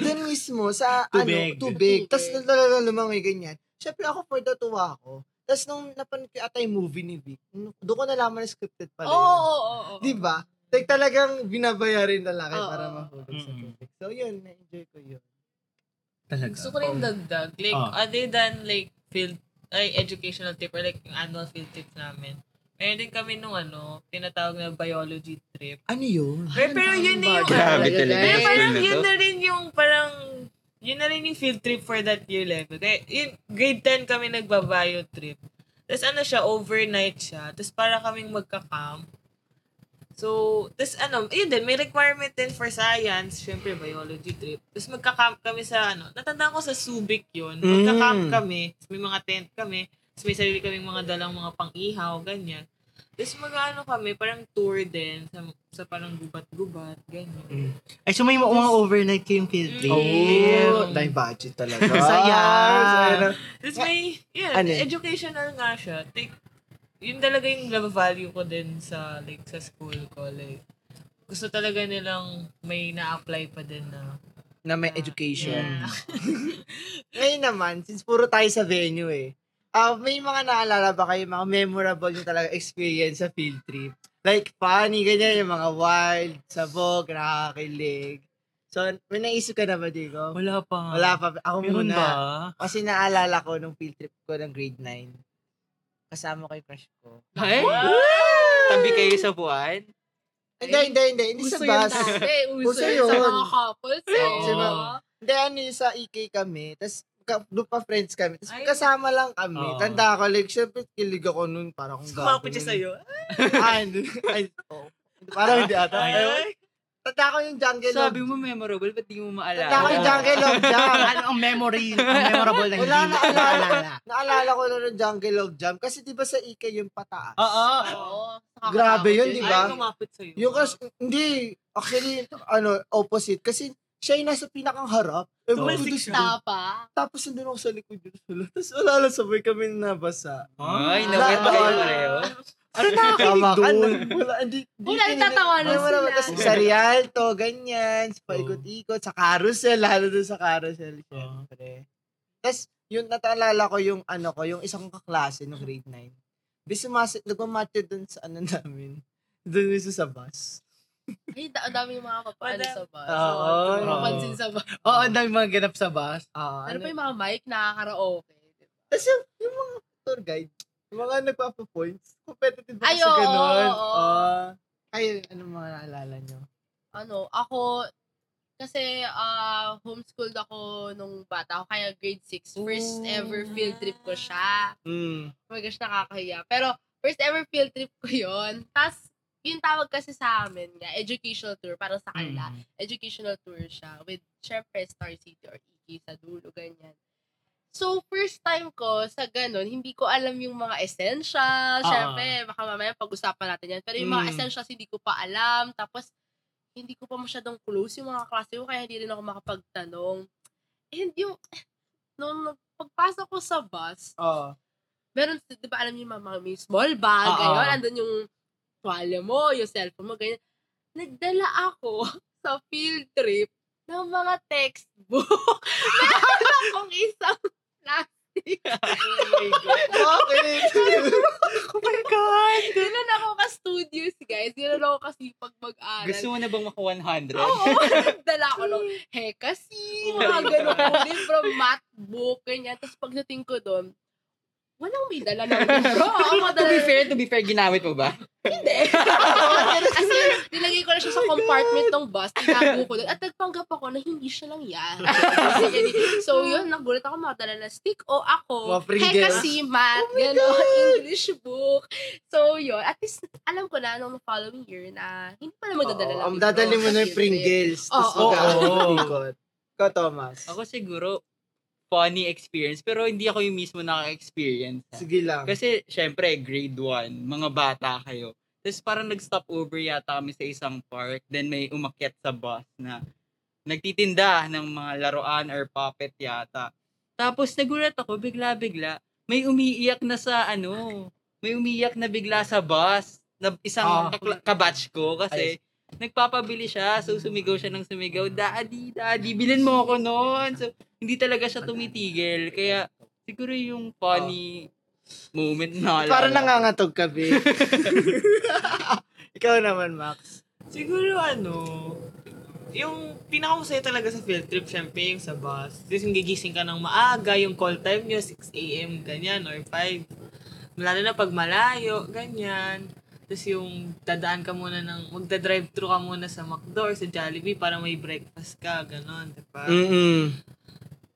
S1: Doon mismo, sa
S2: Tubig.
S1: ano, tubig. Tapos
S3: Tubig.
S1: nalala lumangoy ganyan. Siyempre ako for the tuwa ako. Tapos nung napanood ko atay movie ni Vic, doon ko nalaman na scripted pala
S3: Oo,
S1: yun.
S3: oo, oo, oo.
S1: Di ba? Like talagang binabayarin lalaki
S3: Oo.
S1: para mahulog sa
S2: Mm.
S1: tubig. So yun, na-enjoy ko yun.
S2: Talaga.
S4: Gusto ko rin dagdag. Like,
S2: Ah.
S4: other than like field, ay, educational trip or like yung annual field trip namin, meron din kami nung ano, tinatawag na biology trip.
S1: Ano yun?
S4: Eh, Pero, pero yun na yung
S5: Grabe talaga.
S4: Pero
S5: Yes.
S4: parang
S5: Ano to?
S4: yun na rin yung parang yun na rin yung field trip for that year level. Kaya yun, grade 10 kami nagbabayo trip. Tapos ano siya, overnight siya. Tapos para kaming magka-camp. So, tapos ano, yun din, may requirement din for science, syempre biology trip. Tapos magka-camp kami sa ano, natandaan ko sa Subic yun. Magka-camp
S1: Mm.
S4: kami, may mga tent kami, tapos may sarili kaming mga dalang mga pang-ihaw, ganyan. Tapos mag-ano kami, parang tour din sa, sa parang gubat-gubat, ganyan.
S1: Mm.
S2: Ay, so may mga overnight kayong field trip.
S1: Oh, dahil budget talaga.
S2: Sayang.
S1: Sayang.
S4: Tapos may, yeah,
S1: Ano?
S4: educational nga siya. Like, yun talaga yung love value ko din sa, like, sa school ko. Like, gusto talaga nilang may na-apply pa din na.
S1: Na may
S4: na-
S1: education.
S4: Yeah.
S1: Ngayon naman, since puro tayo sa venue eh, ah may mga naalala ba kayo, mga memorable yung talaga experience sa field trip? Like, funny, ganyan, yung mga wild, sabog, nakakilig. So, may naisip ka na ba, Diego?
S2: Wala pa.
S1: Wala pa. Ako
S2: Meron
S1: muna.
S2: ba?
S1: Kasi naalala ko nung field trip ko ng grade 9. Kasama ko yung crush ko.
S5: Ay, tabi kayo sa buwan.
S1: Hindi, hindi, hindi. Hindi sa
S3: Gusto yun
S1: bus.
S3: dati. Uso
S1: Uso
S3: yun sa
S1: yun.
S3: mga couples. Eh.
S1: Di ba?
S3: Oo.
S1: Hindi, ano yun, sa EK kami. Tapos, ka- group of friends kami. Tapos,
S4: Ay.
S1: kasama lang kami.
S2: Oo.
S1: Tanda ko, like, syempre, kilig ako nun. Parang kung
S4: Kumapit siya sa'yo.
S1: Ah, hindi. Ay, oo. Parang hindi ata. Ay, Tanda ko yung jungle log.
S5: Sabi mo memorable, ba't di mo maalala?
S1: Tanda ko yung jungle log jam.
S2: ano ang memory, ang memorable na hindi
S1: Wala na, wala na.
S2: naalala.
S1: Naalala ko na ng jungle log jam. Kasi di ba sa Ike yung pataas?
S2: Oo.
S3: Oo.
S1: Grabe yun, di ba?
S4: Ayaw kumapit sa'yo.
S1: Diba? Yung kas, hindi, actually, ano, opposite. Kasi siya yung nasa pinakang harap. Eh,
S2: So,
S1: bumunod
S4: basic
S1: siya.
S3: Tapa.
S1: Tapos nandun ako sa likod yung sulat. Tapos wala lang, sabay kami nabasa.
S5: Ay,
S3: Ah.
S5: nawet kayo
S1: Wala.
S5: pareho.
S1: Ano na
S2: Kamakan.
S1: Wala, hindi. hindi
S3: Wala,
S1: kinilig. Wala,
S3: nagtatawanan
S1: wala.
S3: sila.
S1: Tapos sa Rialto, ganyan. sa Paikot-ikot, sa carousel, lalo dun sa carousel.
S3: Oh.
S1: Siyempre. Tapos, yun, nataalala ko yung ano ko, yung isang kaklase no grade 9. Di sumas, nagmamatyo dun sa ano namin. Dun mismo sa bus.
S3: Ay, da- ang dami yung mga papaano
S4: Madam-
S3: sa bus.
S1: Oo.
S3: Yung Mapansin sa bus.
S2: Oo, ang dami mga ganap sa bus.
S1: Ah,
S3: Ano
S1: ano,
S3: pa yung mga mic na karaoke?
S1: Tapos yung, yung mga tour guide, yung mga nagpapa-points, competitive ba
S3: Ay,
S1: kasi
S3: oo,
S1: ganun?
S3: oo.
S1: Ah. Ay, ano mga naalala nyo?
S3: Ano, ako, kasi ah homeschooled ako nung bata ako, kaya grade 6. First
S1: Ooh.
S3: ever field trip ko siya.
S1: Mm.
S3: Oh my gosh, nakakahiya. Pero, first ever field trip ko yun. Tapos, yung tawag kasi sa amin nga, educational tour, parang sa kanila. educational tour siya with syempre Star City or Iki sa dulo, ganyan. So, first time ko sa ganun, hindi ko alam yung mga essentials.
S2: Ah.
S3: Syempre, baka mamaya pag-usapan natin yan. Pero yung mga
S5: Mm.
S3: essentials, hindi ko pa alam. Tapos, hindi ko pa masyadong close yung mga klase ko, kaya hindi rin ako makapagtanong. And yung, nung nung pagpasok ko sa bus,
S1: Oo.
S2: Ah.
S3: meron, di ba alam niyo yung mga, mga may small bag,
S2: Oo.
S3: gayon, andun yung tuwalya mo, yung cellphone mo, ganyan. Nagdala ako sa field trip ng mga textbook. meron akong isang plastic.
S1: Bakit?
S3: Ganun ako ka-studious, guys. Ganun ako kasipag mag-aral.
S5: Gusto mo na bang maka 100?
S3: Oo, nagdala ko ng hekasi, mga ganun ko, libro, math book, ganyan. Tapos pagdating ko doon, walang may dala ng libro. Ang
S5: to be
S3: madala-
S5: fair, to be fair, ginamit mo ba?
S3: Hindi. As in, nilagay ko na siya sa compartment ng bus,
S1: Oh
S3: tinago ko doon. At nagpanggap ako na hindi siya lang yan. Kasi ganyan. so yun, nagulat ako madala na stick
S1: Mga
S3: o
S1: Oh
S3: ako,
S1: Pringles.
S3: heka si Matt, gano'n, English book. So yun, at least alam ko na nung following year na hindi pala
S1: Oo,
S3: magdadala ng
S1: Ang
S3: libro
S1: um, dadali mo
S3: sa
S1: na yung
S3: field trip.
S1: Pringles. Tapos
S3: Oo.
S1: mag-aakot. Ikaw, Thomas.
S5: Ako siguro, funny experience, pero hindi ako yung mismo naka-experience.
S1: Sige lang.
S5: Kasi, syempre, grade 1, mga bata kayo. Tapos parang nag-stop over yata kami sa isang park, then may umakyat sa bus na nagtitinda ng mga laruan or puppet yata. Tapos nagulat ako, bigla-bigla, may umiiyak na sa ano, may umiiyak na bigla sa bus na
S2: Ah.
S5: isang kakla- kabatch ko kasi nagpapabili siya, so sumigaw siya ng sumigaw, daddy, daddy, bilhin mo ako noon. So, hindi talaga siya tumitigil. Kaya, siguro yung funny moment na
S1: Parang nangangatog ka, babe. Ikaw naman, Max.
S4: Siguro ano, yung pinakamasaya talaga sa field trip, syempre, yung sa bus. Tapos yung gigising ka ng maaga, yung call time nyo, 6 a.m. ganyan, or 5. Lalo na pag malayo, ganyan. Tapos yung dadaan ka muna ng, magda-drive-thru ka muna sa McDo or sa Jollibee para may breakfast ka, ganon, di ba?
S1: Mm.
S5: Mm-mm.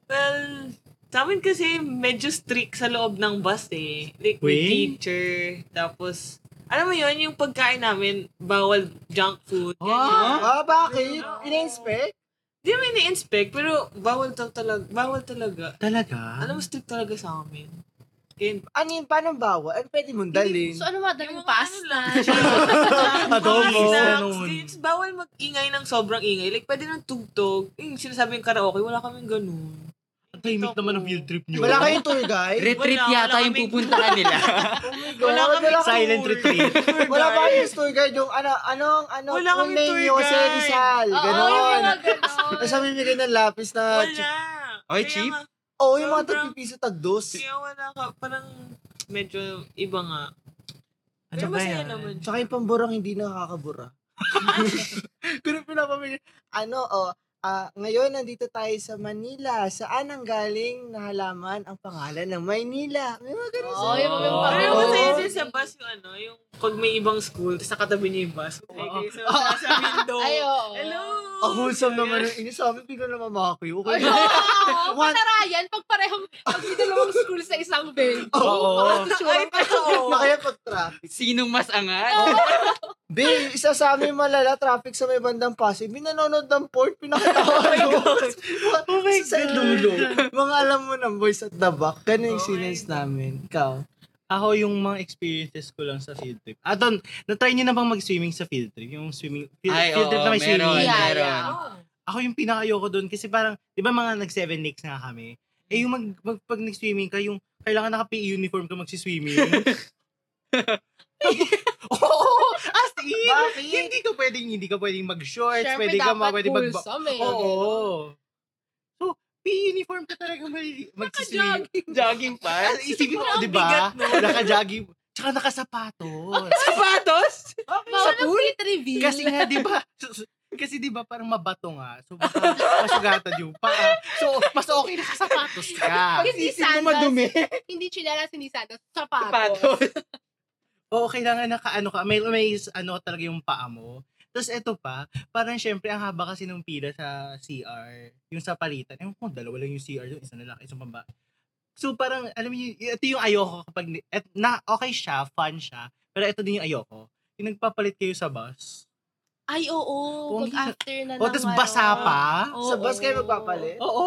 S4: Well, sa amin kasi medyo strict sa loob ng bus eh. Like, may
S2: Wait.
S4: teacher, tapos, alam mo yun, yung pagkain namin, bawal junk food.
S2: Ah.
S1: Ah, bakit? Ina-inspect?
S4: Di naman ini-inspect, pero bawal to talaga. Bawal talaga.
S2: Talaga?
S4: Alam mo, strict talaga sa amin. Kaya,
S1: Ano yun? Paano bawal? Ano pwede mong dalhin?
S3: So ano madaling pasta?
S2: Adobo.
S4: Mga
S2: Ganun.
S4: snacks, ganyan. bawal mag-ingay ng sobrang ingay. Like, pwede ng tugtog. Yung sinasabi yung karaoke, wala kaming ganun.
S2: Ang tahimik naman ang field trip nyo.
S1: Wala kayong tour guide?
S5: Retreat
S4: Wala,
S5: yata
S4: wala
S5: yung
S4: kami-
S5: pupuntahan nila.
S4: Wala
S1: God,
S4: kaming
S1: wala
S4: tour.
S2: Silent retreat.
S1: Wala ba kayong tour guide? Yung ano, anong, ano,
S4: Wala
S1: full
S4: kaming
S1: name
S4: tour
S1: nyo, Jose
S4: guide.
S1: Rizal.
S3: Oo, yung
S1: Ganon.
S3: mga ganon.
S1: Tapos mamimigay ng lapis na...
S4: Wala.
S5: Ay,
S4: Kaya
S5: cheap?
S4: nga-
S1: Oo, yung mga
S4: Sobrang-
S1: tagpipiso, tagdos.
S4: Kaya wala ka. Parang medyo iba nga.
S2: Ano
S4: Pero
S2: ba
S4: masaya
S2: yan?
S4: naman.
S1: Tsaka yung pamburang hindi nakakabura. Kung pinapamili. Ano, oh, ah, ngayon nandito tayo sa Manila. Saan ang galing na halaman ang pangalan ng Maynila? May mga ganun
S4: Oh,
S3: Oo, Oh, yung mga
S5: Oo.
S3: pang-
S4: Pero
S1: Oo.
S4: masaya din sa bus yung ano, yung pag may ibang school, tapos nakatabi niya yung bus. Okay, okay. So, sa, sa window.
S3: Ay, oo.
S4: Hello!
S1: Ang wholesome naman yung ini. Sabi, bigla naman makakuyo.
S3: Ay,
S1: Okay.
S3: oo.
S1: One-
S3: Patarayan, pag parehong, Pag may dalawang school sa isang venue.
S1: Oh.
S2: Oo.
S3: Ay,
S1: Ano kaya pag traffic?
S5: Sinong mas angat?
S1: Be, isa sa amin malala, traffic sa may bandang Pasig. May nanonood ng port, pinakatawa ko.
S2: Oh my
S1: sa
S2: God.
S1: dulo. Mga alam mo ng boys at the back. Ganun yung
S4: Oh my
S1: sinens
S4: God.
S1: namin. Ikaw.
S2: Ako yung mga experiences ko lang sa field trip. Adon, na-try niyo na bang mag-swimming sa field trip? Yung swimming, field,
S5: Ay,
S2: field trip
S5: oo,
S2: na may
S5: meron.
S2: swimming.
S3: Yeah, Oh, yeah.
S2: Ako yung pinakayoko doon kasi parang, di ba mga nag-seven lakes nga kami? Eh yung mag, mag, pag nag-swimming ka, yung kailangan naka-PE uniform ka magsiswimming. Oo! as in!
S1: Bakit?
S2: Hindi ka pwedeng, hindi ka pwedeng mag-shorts,
S3: Siyempre,
S2: pwede ka ma,
S3: dapat
S2: pwede mag...
S3: wholesome eh.
S2: Oo. So, PE uniform ka talaga mali- magsiswimming.
S5: Jogging pa?
S2: At isipin mo,
S4: Parang
S2: di ba? Naka-jogging. Tsaka nakasapatos.
S5: Sapatos?
S3: Bawal ang fit reveal.
S2: kasi nga, di ba? so- so- Kasi di ba parang mabato nga. So baka masugatan yung paa. So mas okay na sa sapatos ka.
S3: Pag hindi
S5: Isipin
S3: sandals,
S5: mo madumi.
S3: hindi chinelas, hindi sandals, sapatos.
S5: Sapatos.
S2: Oo, kailangan naka ano ka. May, may ano talaga yung paa mo. Tapos eto pa, parang syempre ang haba kasi ng pila sa CR, yung sa palitan. Ewan ko, dalawa lang yung CR doon, isang lalaki, isang pamba. So parang, alam niyo, ito yung ayoko kapag, ni- et, na, okay siya, fun siya, pero ito din yung ayoko. Yung nagpapalit kayo sa bus.
S3: Ay, oo.
S2: Oh,
S3: pag
S2: hindi-
S3: after na
S2: O,
S3: ng
S2: tapos
S3: ano.
S2: basa pa.
S3: Oo.
S1: Sa bus kayo magpapalit?
S2: Oo.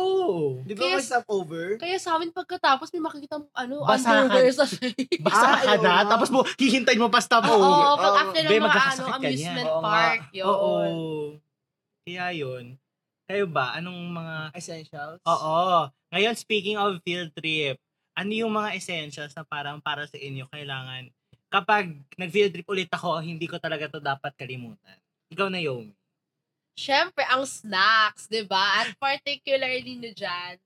S1: Di ba
S3: Kaya-
S1: may stopover?
S3: Kaya sa amin pagkatapos may makikita ano,
S2: Basahan.
S3: underwear sa side.
S2: Basa
S1: Ah,
S2: ka
S1: oo
S2: na,
S1: nga.
S2: tapos mo, hihintayin mo pa stop
S3: Oo,
S2: over.
S3: pag
S1: Oo.
S3: after
S2: Be,
S3: ng mga ano,
S2: magkakasakit ka niya.
S3: amusement
S1: Oo nga.
S3: park. Yun.
S2: Oo. Kaya yun. Kayo ba? Anong mga...
S1: Essentials?
S2: Oo. Ngayon, speaking of field trip, ano yung mga essentials na parang para sa inyo kailangan kapag nag-field trip ulit ako, hindi ko talaga to dapat kalimutan. Ikaw na, Yomi.
S3: Siyempre, ang snacks, di ba? At particularly na dyan,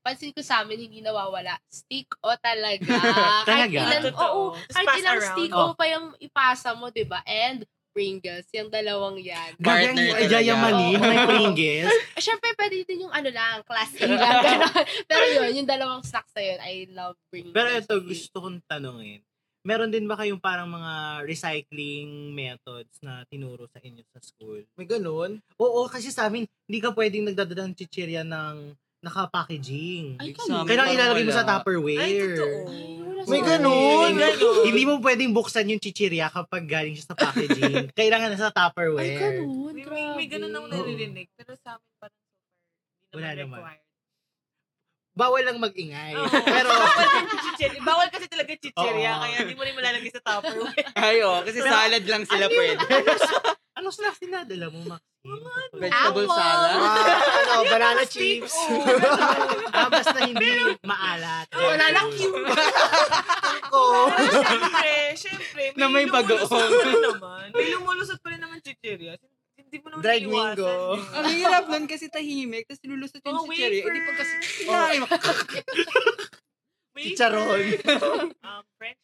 S3: pansin ko sa amin, hindi nawawala. Stick o talaga. Kahit
S2: Talaga?
S3: ilang,
S4: Ah, Totoo.
S3: oo,
S4: Just
S3: kahit
S4: pass
S3: ilang
S4: around.
S3: stick
S1: Oh.
S3: o pa yung ipasa mo, di ba? And Pringles, yung dalawang yan.
S5: Partner
S2: Gagang
S5: talaga.
S2: yayamanin, may
S3: Oo.
S2: Pringles.
S3: Ah, Siyempre, pwede din yung ano lang, class A lang. ganun. Pero yun, yung dalawang snacks na yun, I love Pringles.
S2: Pero ito, gusto kong tanungin. Meron din ba kayong parang mga recycling methods na tinuro sa inyo sa school?
S1: May ganun?
S2: Oo, kasi sa amin, hindi ka pwedeng nagdadala ng chichirya ng naka-packaging.
S3: Ay,
S5: Sa
S2: Kailangan
S5: amin, parang
S2: ilalagay mo sa
S5: wala.
S2: Tupperware.
S4: Ay, totoo.
S3: Ay, wala sa
S1: May
S3: amin.
S1: ganun?
S4: May ganun.
S2: Hindi mo pwedeng buksan yung chichirya kapag galing siya sa packaging. Kailangan na sa Tupperware.
S3: Ay, ganun.
S4: May, may, may ganun akong
S2: Oo.
S4: naririnig. Pero sa amin parang super.
S2: Wala
S4: Hindi
S2: naman.
S4: naman required.
S2: Bawal lang mag-ingay.
S4: Oo. Ano
S2: Pero,
S4: bawal din chichirya. Bawal kasi talaga chichirya.
S2: Oo.
S4: Kaya hindi mo rin malalagay sa tupperware.
S5: Ay, oo. Kasi salad lang sila pwede.
S2: ano sila sinadala mo, Maxine?
S3: Apple.
S5: Vegetable salad.
S1: Ah, ano, banana chips.
S2: ah, basta hindi maalat.
S4: Oh,
S3: Wala lang cute.
S1: Ko.
S4: Siyempre, siyempre.
S5: Na may
S4: lumulusot
S5: bagoong.
S4: pa rin naman. May lumulusot pa rin naman chichirya. Hindi mo naman
S1: Dried
S4: iiwasan
S1: mango.
S4: yun.
S5: Ang hirap nun kasi tahimik, tapos lulusot yung
S4: Oh,
S5: chichirya.
S4: wafer.
S5: Hindi pag kasi kinain mo.
S4: May-
S1: Chicharon.
S4: Um, French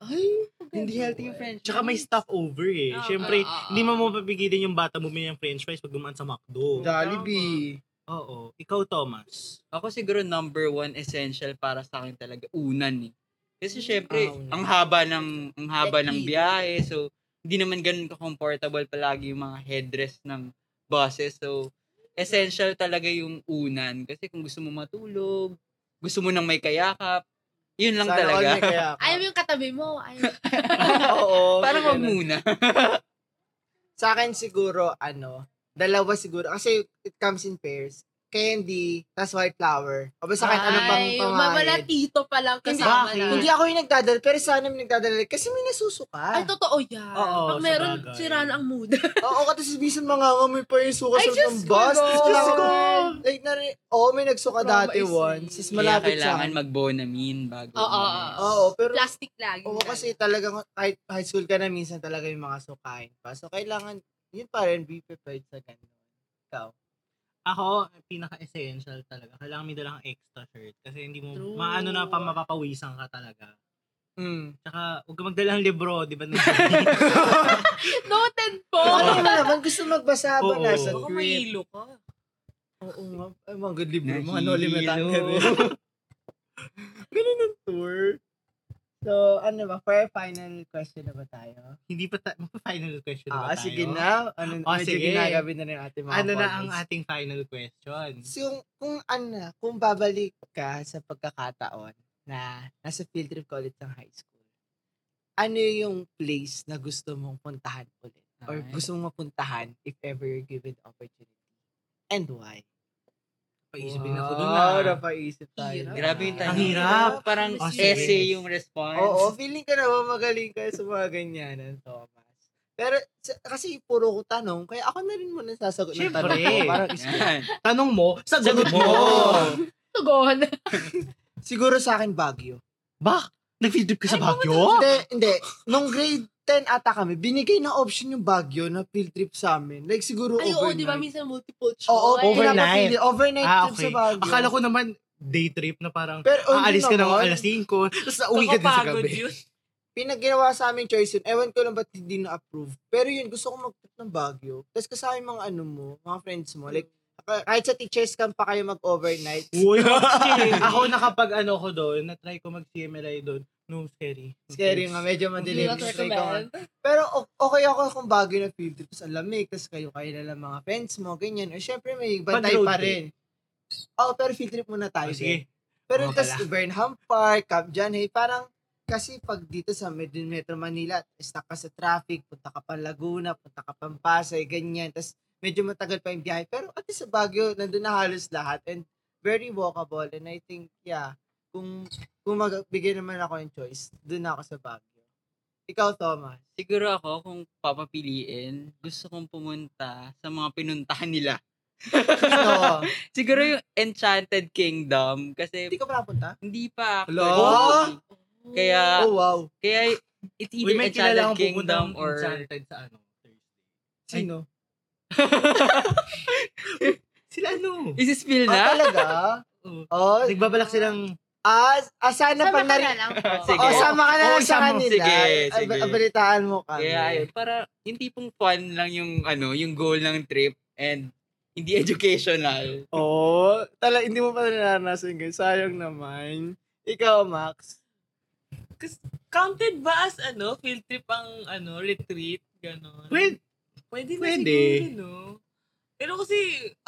S3: Ay,
S5: Hindi healthy yung french.
S2: Tsaka may stopover eh.
S4: Oo.
S2: Siyempre,
S3: Oo, oo,
S2: hindi mo mapapigilan yung bata bumili ng french fries pag dumaan sa McDo.
S1: Jollibee.
S2: Oo. Ikaw, Thomas.
S5: Ako siguro number one essential para sa akin talaga, unan eh. Kasi
S1: Ah,
S5: syempre,
S1: unan.
S5: ang haba ng ang haba ng
S3: Eat.
S5: biyahe. So, hindi naman ganun ka-comfortable palagi yung mga headrest ng buses. So, essential talaga yung unan. Kasi kung gusto mo matulog, gusto mo nang may kayakap, yun lang
S1: Sana all
S5: talaga.
S1: may kaya ako.
S3: Ayaw mo yung katabi mo. Ayaw.
S1: Oo.
S5: Parang wag
S1: ganun.
S5: muna.
S1: Sa akin siguro, ano, dalawa siguro. Kasi it comes in pairs. Candy, tas white flower. O ba sa akin, ano pang
S3: Ay,
S1: pamahin?
S3: mawala tito pa lang
S2: Hindi.
S3: kasama
S2: Bakit?
S3: na.
S1: Hindi ah. ako yung nagdadala, pero sana may nagdadala. Kasi may
S3: Ay,
S1: nasusuka.
S3: totoo yan.
S2: Oo,
S3: Pag meron,
S2: sabagay.
S3: sira na ang mood.
S1: Oo, kasi si Bison mangangamoy pa yung suka
S3: Ay,
S1: sa
S3: Diyos
S1: ng
S3: ko,
S1: bus.
S3: Lord.
S1: Diyos ko! Like, nari, oo, may nagsuka
S3: Trauma
S1: dati
S3: is-
S1: once. Tapos
S5: Kaya
S1: malapit siya.
S5: kailangan mag-bonamin bago.
S3: Oo, oo,
S5: umalis.
S3: oo.
S1: Oo, pero
S3: Plastic lagi.
S1: Oo, kasi talagang kahit high school ka na, minsan talaga yung mga sukain pa. So, kailangan, yun pa rin, be prepared sa ganun. Ikaw.
S2: Ako, pinaka-essential talaga. Kailangan may dalang extra shirt. Kasi hindi mo,
S3: True.
S2: maano na pa, mapapawisan ka talaga.
S1: Mm.
S2: Tsaka, huwag ka magdala ng libro, di ba?
S3: Noted po.
S1: Ano mo naman, gusto magbasa ba
S2: Oo.
S1: na sa
S3: Oh
S4: Baka
S1: grip?
S4: mahilo ka.
S1: Oo nga. Ay, mga ano, good libro. Mga
S5: Nahilo.
S1: no limit ang Ganun ang tour. So, ano ba? For final question na ba tayo?
S2: Hindi pa ta- final question na ba
S1: Ah,
S2: tayo?
S1: sige na. Ano,
S2: Ah,
S1: medyo
S2: sige.
S1: ginagabi na rin yung ating mga
S2: Ano na ang
S1: podcast.
S2: ating final question?
S1: So, yung- kung ano, kung babalik ka sa pagkakataon na nasa field trip ka ulit ng high school, ano yung place na gusto mong puntahan ulit? Or
S5: Ay.
S1: gusto mong mapuntahan if ever you're given opportunity? And why?
S2: Paisipin ako dun
S1: Wow,
S2: na.
S1: napaisip tayo.
S3: Hirap.
S5: Grabe yung tanong.
S2: Ang hirap.
S5: Parang
S2: Oh, sige.
S5: essay yung response.
S1: Ah. Oo, feeling ka na ba magaling ka sa mga ganyanan, Thomas? Pero sa- kasi puro ko tanong, kaya ako na rin muna sasagot ng
S2: Siyempre.
S1: tanong ko. Parang is-
S5: Yan.
S2: Tanong mo, sagot
S1: Sagot
S2: mo.
S1: mo.
S3: Tugon.
S1: siguro sa akin Baguio.
S2: Bak, nag-field trip ka sa
S3: Ay,
S2: Baguio?
S1: Hindi, hindi. Nung grade 10 ata kami, binigay na option yung Baguio na field trip sa amin. Like siguro
S3: Ay, oo,
S1: overnight.
S3: di ba? Minsan multiple choice.
S1: Oo,
S2: Overnight.
S1: pinapapili. Overnight
S2: Ah,
S1: trip
S2: okay.
S1: sa Baguio.
S2: Akala ko naman day trip na parang
S1: Pero hindi
S2: aalis ka ng
S1: naman.
S2: alas 5, tapos uwi ka din sa
S4: Nakakapagod
S2: gabi.
S4: yun.
S1: Pinagginawa sa aming choice yun. Ewan ko lang ba't hindi na-approve. Pero yun, gusto ko mag-trip ng Baguio. Tapos kasama yung mga ano mo, mga friends mo. Like, kahit sa teachers camp pa kayo mag-overnight.
S2: Uy, ako nakapag ano ko doon, na-try ko mag-CMLI doon. No, scary.
S1: Scary nga, medyo madilim.
S3: Hindi na
S1: Try ko nga.
S3: recommend.
S1: Pero o- okay ako kung bagay na field trip sa lamig, tapos kayo kayo na lang mga friends mo, ganyan. O syempre may bantay
S2: road
S1: pa
S2: trip.
S1: rin. Oo, pero field trip muna tayo.
S2: Oh,
S1: din.
S2: sige.
S1: Pero
S2: Oo
S1: tas
S2: pala.
S1: Burnham Park, Camp John, hey, parang kasi pag dito sa Med- Metro Manila, stuck ka sa traffic, punta ka pa Laguna, punta ka pa Pasay, ganyan. Tapos medyo matagal pa yung biyahe. Pero at least sa Baguio, nandun na halos lahat. And very walkable. And I think, yeah, kung, kung magbigay naman ako ng choice, dun ako sa Baguio. Ikaw, Thomas.
S5: Siguro ako, kung papapiliin, gusto kong pumunta sa mga pinuntahan nila.
S1: Gusto.
S5: Siguro yung Enchanted Kingdom kasi
S1: Hindi ka pa napunta?
S5: hindi pa
S1: Hello?
S5: actually. Kaya
S1: Oh, wow.
S5: kaya it's
S2: Uy,
S5: either
S2: may kilala akong
S5: Enchanted
S2: pupunta
S5: Kingdom
S2: or...
S5: or
S2: Enchanted sa ano.
S1: Sino?
S2: Sila ano?
S5: is it
S1: Ah,
S5: spill na?
S1: talaga?
S2: Oo.
S1: oh,
S2: Nagbabalak silang...
S1: as, ah, sana
S3: Sama
S1: pag
S3: ka
S1: nari-
S3: na lang po.
S5: Sige.
S1: Oh, sama ka na
S2: Oo,
S1: lang sa
S2: sama.
S1: kanila.
S5: Sige,
S1: Ab-
S5: sige.
S1: abalitaan mo kami.
S5: Kaya ayun, para yung tipong fun lang yung ano, yung goal ng trip and hindi educational.
S1: Oo. Oh, tala, hindi mo pa naranasan guys. Sayang naman. Ikaw, Max.
S4: Counted ba as ano, field trip ang ano, retreat? Ganon.
S2: Well,
S4: Pwede na
S2: Pwede.
S4: siguro, no? Pero kasi,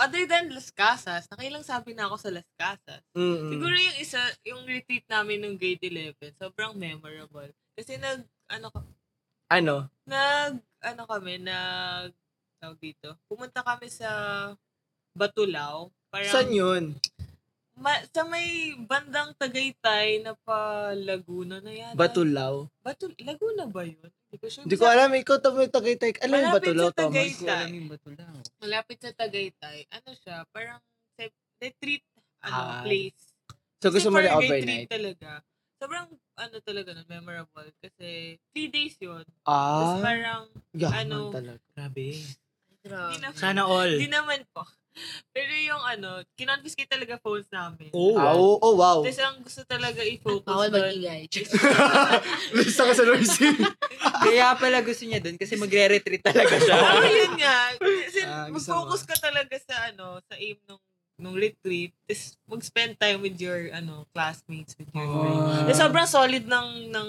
S4: other than Las Casas, nakailang sabi na ako sa Las Casas. Siguro yung isa, yung retreat namin nung grade 11, sobrang memorable. Kasi nag, ano, ka-
S1: Ano?
S4: nag, ano kami, nag, tawag dito, pumunta kami sa Batulao. Parang,
S1: Saan yun?
S4: ma- sa may bandang Tagaytay na pa Laguna na yata.
S1: Batulaw.
S4: Batul, Laguna ba yun? Hindi ko sure.
S1: Hindi ko alam. Ikaw, Tomoy Tagaytay. Alam mo Ano yung
S4: Malapit
S1: Batulaw,
S4: sa Tagay-
S1: Thomas?
S5: Hindi ko alam yung ah, oh. bato lang.
S4: malapit sa Tagaytay, ano siya, parang se- retreat
S1: Ah.
S4: ano, place.
S1: So, gusto mo
S4: Kasi
S1: na
S4: parang retreat
S1: overnight?
S4: talaga. Sobrang ano talaga nun, memorable. Kasi three days yun. Tapos
S1: Ah,
S4: parang, ano,
S1: yaman talaga.
S2: grabe.
S4: hindi na,
S2: Sana all.
S4: hindi naman po. Pero yung ano, kinonfiscate talaga phones namin.
S2: Oh,
S1: Ah, Oo, oh, wow.
S4: Tapos ang gusto talaga i-focus
S3: Bawal
S4: doon.
S3: mag-ingay.
S1: Gusto ka sa nursing.
S5: Kaya pala gusto niya doon kasi magre-retreat talaga siya.
S4: Pero Oh, yun nga, kasi
S1: Ah, gusto
S4: mag-focus ka talaga sa ano, sa aim nung nung retreat, tapos mag-spend time with your ano classmates, with
S5: Oh.
S4: your friends.
S2: Ah.
S4: Eh, sobrang solid ng, ng,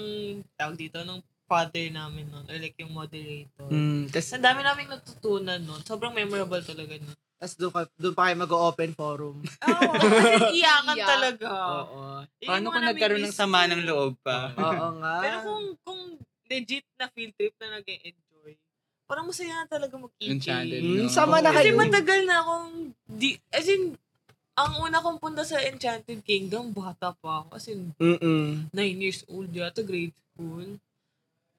S4: tawag dito, ng father namin nun, or like yung moderator.
S5: Hmm.
S1: Mm,
S4: Tapos ang dami namin natutunan nun. Sobrang memorable talaga nun.
S1: Tapos doon, ka- doon pa kayo mag-open forum.
S4: Oo, kasi iyakan
S3: Iyak.
S4: talaga.
S5: Oo.
S4: Yun
S5: Oh. Paano
S4: yung
S5: kung
S4: mga
S5: nagkaroon ng
S4: namimiss
S5: sama
S4: ko.
S5: ng loob Ah. pa?
S1: Oo nga.
S4: Pero kung, kung legit na field trip na nag enjoy parang masaya na talaga mag-EJ.
S5: Enchanted.
S1: Hmm,
S5: No.
S1: sama na
S4: Kasi
S1: kayo.
S4: matagal na akong, di, as in, ang una kong punta sa Enchanted Kingdom, bata pa ako. As in,
S1: Mm-mm.
S4: nine years old yata, grade school.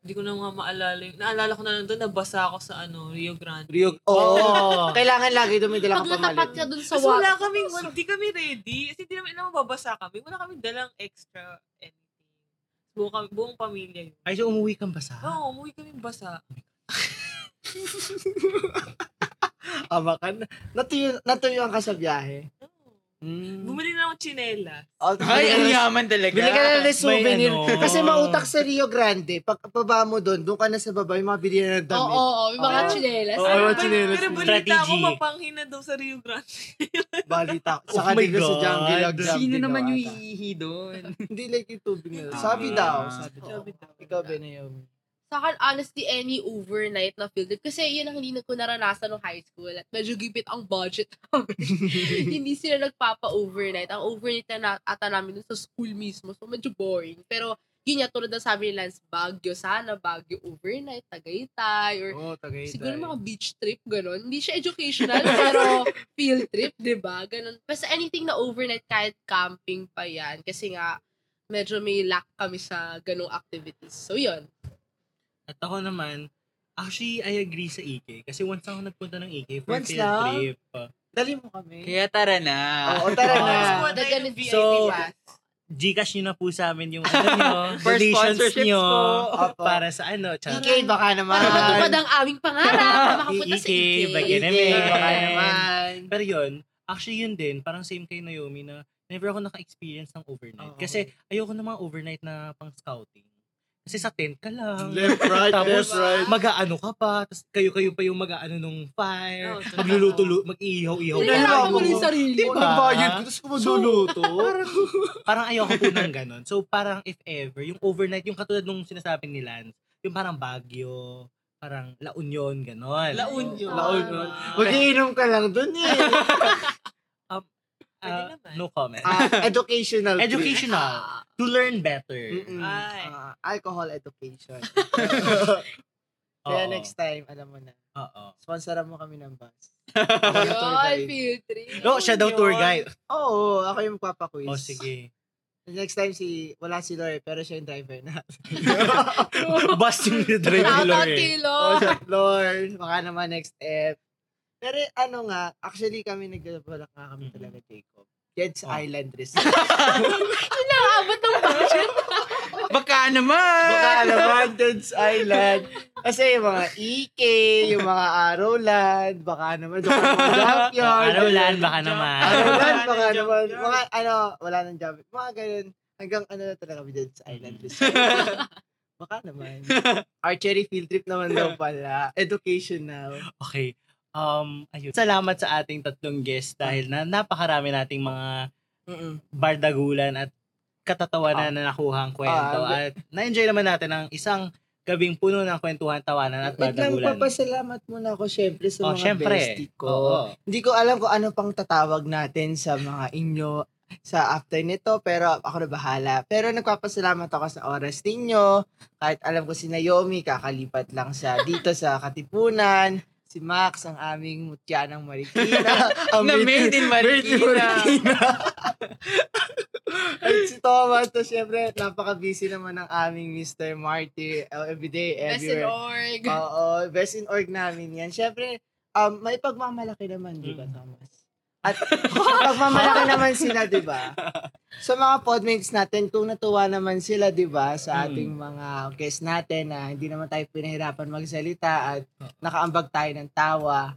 S4: Hindi ko na nga maalala. Yung, naalala ko na lang doon, nabasa ako sa ano, Rio Grande.
S1: Rio, oo.
S2: Oh.
S1: Kailangan lagi dumidala
S3: Pag
S1: ka
S3: natapat ka
S1: pamalit.
S3: dun sa
S4: Kasi
S3: wall.
S4: wala kaming, hindi kami ready. Kasi hindi namin alam mababasa kami. Wala kaming dalang extra anything. Buong, kami- buong pamilya yun.
S2: Ay, so umuwi kang basa?
S1: Ah.
S4: Oo, umuwi kaming basa.
S1: Ama ka na. Natuyo, natuyuan ka sa biyahe.
S4: Oo.
S1: Mm.
S4: Bumili na ako chinela.
S5: Ay, ang yaman talaga.
S1: Bili ka na ng
S2: May
S1: souvenir.
S2: ano.
S1: Kasi mautak sa Rio Grande. Pagpaba mo doon, doon ka na sa baba, yung mga bili na ng
S3: Oo,
S1: damit.
S3: oo, oo. May mga
S1: eh. Oo.
S3: chinelas.
S1: Oo,
S4: Pero-
S1: mga chinelas
S4: Pero
S1: mo.
S4: balita ako,
S2: Strategy.
S4: mapanghina daw sa Rio Grande.
S1: Balita.
S2: Oh
S1: Saka
S2: my
S1: dito sa
S2: God.
S1: jungle. Log,
S5: Sino
S1: Jungle
S5: naman
S1: daw
S5: yung
S1: ata.
S5: iihi doon?
S1: Hindi like yung tubig na.
S5: Ah.
S1: Sabi daw. Sabi daw.
S4: Sabi daw.
S1: Ikaw, Benayomi.
S3: Sa akin, honestly, any overnight na field trip. Kasi yun ang hindi na ko naranasan nung high school. At medyo gipit ang budget namin. hindi sila nagpapa-overnight. Ang overnight na na- ata namin dun sa school mismo. So, medyo boring. Pero, yun nga, tulad na sabi ni Lance, Baguio sana, Baguio overnight, Tagaytay, or
S1: Oo, tagay
S3: siguro mga beach trip, gano'n. Hindi siya educational, pero field trip, di ba? Gano'n. Basta anything na overnight, kahit camping pa yan. Kasi nga, medyo may lack kami sa ganong activities. So, yun.
S2: At ako naman, actually, I agree sa EK. Kasi once ako nagpunta ng EK for
S1: Once
S2: field
S1: lang?
S2: trip. uh,
S1: Dali mo kami.
S5: Kaya tara na.
S1: Oo, tara
S4: Oo,
S1: na.
S4: squad tayo
S3: Dagan-
S4: ng VIP
S2: So,
S4: pass.
S3: diba?
S2: Gcash nyo na po sa amin yung ano nyo,
S5: For
S2: donations
S5: sponsorships
S2: nyo
S5: po.
S1: Opo.
S2: para sa ano. Charot.
S1: EK, baka naman.
S3: Para matupad ang aming pangarap na makapunta sa
S2: EK,
S3: EK.
S2: bagay na
S1: EK,
S2: may.
S1: baka naman.
S2: Pero yun, actually yun din, parang same kay Naomi na never ako naka-experience ng
S1: Oo.
S2: overnight. Kasi ayoko ng mga overnight na pang scouting. Kasi sa tent ka lang.
S1: Left, right, left,
S2: Tapos,
S1: right.
S2: mag-aano ka pa, tapos kayo-kayo pa yung mag-aano nung fire,
S4: Oo, totoo.
S2: magluluto, mag-iihaw-ihaw.
S1: Wala
S2: ka.
S1: lang
S3: Pinahirapan mo rin yung sarili.
S2: Diba?
S1: Nagbayad ko, tapos kumaduluto.
S2: Parang ayoko po ng ganun. So, parang if ever, yung overnight, yung katulad nung sinasabi ni Lance, yung parang Baguio, parang La Union, ganun.
S5: La Union.
S3: La
S1: Laon nun. Magiinom ka lang dun eh.
S2: Ah,
S4: Pwede naman.
S2: no comment.
S1: Ah, educational. trip.
S2: Educational.
S3: Ah.
S2: To learn better.
S1: Mm-mm.
S4: Ay.
S1: Ah, alcohol education.
S2: Oo.
S1: Kaya next time, alam mo na.
S2: Oo.
S1: Sponsoran mo kami ng bus.
S3: Yun, field trip.
S2: No, siya daw tour guide.
S1: Oo, ako yung magpapaquiz.
S2: Oh, sige.
S1: Next time, si wala si Lore, pero siya yung driver na.
S2: Bus yung drive ni
S3: Shout out
S2: Lore.
S3: kay
S1: Oh,
S3: Lord.
S1: Lord, baka naman next F. Pero ano nga, actually kami nagbabalak nga kami
S2: Mhm.
S1: talaga, Jacob. Jed's
S2: Oh.
S1: Island Resort.
S3: Nakakabot ng budget.
S5: Baka naman.
S1: Baka naman, Jed's Island. Kasi yung mga EK, yung mga Arrowland, baka naman, baka naman
S2: Oh,
S1: Junkyard.
S2: Arrowland, baka naman.
S1: Arrowland, baka
S4: Junkyard.
S1: naman. Mga ano, wala nang job. Mga ganun. Hanggang ano na talaga kami Jed's Island Resort. baka naman. Hmm. Archery field trip naman daw pala. Educational.
S2: Okay. Um, ayun. Salamat sa ating tatlong guests dahil na napakarami nating mga
S1: Mm-mm.
S2: bardagulan at katatawanan na nakuha ang kwento.
S1: Ah,
S2: at na-enjoy naman natin ang isang gabing puno ng kwentuhan, tawanan at
S1: Wait lang,
S2: bardagulan.
S1: papasalamat muna ako syempre sa
S2: Oh,
S1: mga
S2: syempre.
S1: bestie ko.
S2: Oo.
S1: Hindi ko alam kung ano pang tatawag natin sa mga inyo sa after nito, pero ako na bahala. Pero nagpapasalamat ako sa oras ninyo. Kahit alam ko si Naomi, kakalipat lang siya dito sa Katipunan. Si Max, ang aming mutya ng Marikina. ang
S5: Na made in Marikina.
S1: At si Thomas, to syempre, napaka-busy naman ng aming Mr. Marty. uh, Everyday,
S3: Best in
S1: everywhere.
S3: org.
S1: Oo, best in org namin yan. Siyempre, um, may pagmamalaki naman, di ba,
S2: Mm.
S1: Thomas? At pagmamalaki naman sila, di ba? Sa mga podmates natin, kung natuwa naman sila, di ba, sa
S2: Mm.
S1: ating mga guests natin na hindi naman tayo pinahirapan magsalita at
S2: Mm.
S1: nakaambag tayo ng tawa.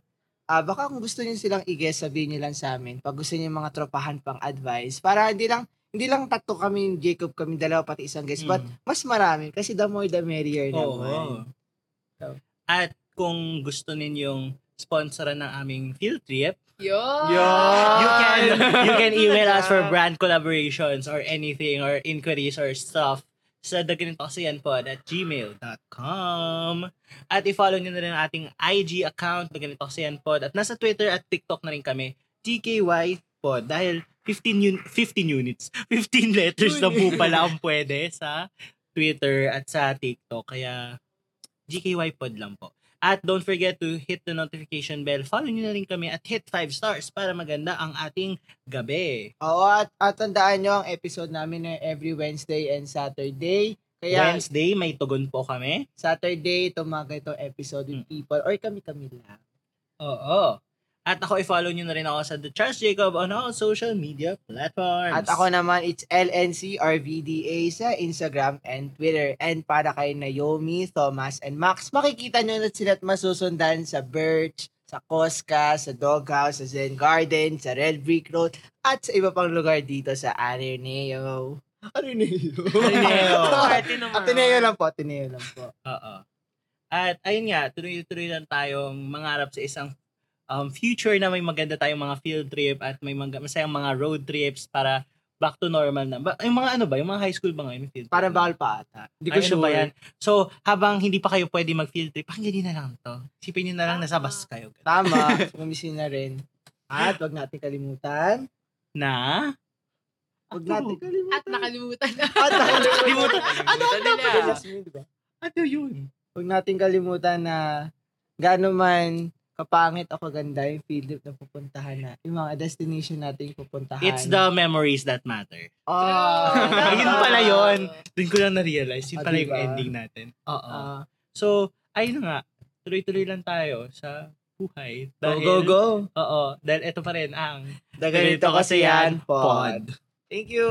S1: Ah, baka kung gusto niyo silang i-guess, sabihin niyo lang sa amin. Pag gusto niyo yung mga tropahan pang advice, para hindi lang hindi lang tatlo kami, Jacob kami dalawa pati isang guest, but
S2: Mm.
S1: mas marami kasi the more the merrier naman.
S2: Oo. At kung gusto ninyong sponsoran ng aming field trip,
S3: Yun.
S1: Yun.
S2: you can
S1: Ay!
S2: you can email us for brand collaborations or anything or inquiries or stuff sa daganitokasiyanpod at gmail.com At i-follow nyo na rin ang ating IG account, daganitokasiyanpod at nasa Twitter at TikTok na rin kami, TKY pod dahil 15, un- 15 units, 15 letters na po pala ang pwede sa Twitter at sa TikTok. Kaya GKY pod lang po. At don't forget to hit the notification bell. Follow nyo na rin kami at hit 5 stars para maganda ang ating gabi.
S1: Oo, at, at tandaan nyo, ang episode namin ay every Wednesday and Saturday. Kaya
S2: Wednesday, may tugon po kami. Hmm.
S1: Saturday, tumagay itong episode with people or kami-kami lang.
S2: Oo. At ako, i-follow nyo na rin ako sa The Charles Jacob on all social media platforms.
S1: At ako naman, it's LNCRVDA sa Instagram and Twitter. And para kay Naomi, Thomas, and Max, makikita nyo na sila at masusundan sa Birch, sa Cosca, sa Doghouse, sa Zen Garden, sa Red Brick Road, at sa iba pang lugar dito sa Ateneo. Ateneo?
S2: Ateneo.
S4: Ateneo.
S2: Ah.
S1: Ateneo lang po, Ateneo lang po.
S2: Oo. At ayun nga, tuloy-tuloy lang tayong mangarap sa isang um, future na may maganda tayong mga field trip at may mga, masayang mga road trips para back to normal na. Ba, yung mga ano ba? Yung mga high school ba ngayon? may field trip
S1: Parang
S2: na?
S1: bawal pa ata.
S5: Hindi
S2: Ay, ano ba yan? So, habang hindi pa kayo pwede mag-field trip, pakinggan nyo na lang to. Isipin nyo na lang, nasa bus kayo.
S1: Tama, sumisin na rin. At wag natin kalimutan.
S2: Na?
S1: Wag natin kalimutan.
S3: At nakalimutan na.
S1: At nakalimutan.
S5: Kalimutan. Ano
S1: Wag
S5: dapat?
S1: natin-
S2: Ano yun?
S1: Wag natin kalimutan na gaano man kapangit o kaganda yung field trip na pupuntahan na. Yung mga destination natin yung pupuntahan.
S2: It's the memories that matter.
S1: Oh,
S2: Ayun pala yun. Doon ko lang na-realize. Yun
S1: Ah,
S2: pala
S1: diba?
S2: yung ending natin. Oo.
S1: Ah,
S2: So, ayun na nga. Tuloy-tuloy lang tayo sa buhay. Dahil,
S1: go, go, go.
S2: Oo. Dahil ito pa rin ang
S1: The ganito kasi yan, pod. Thank you.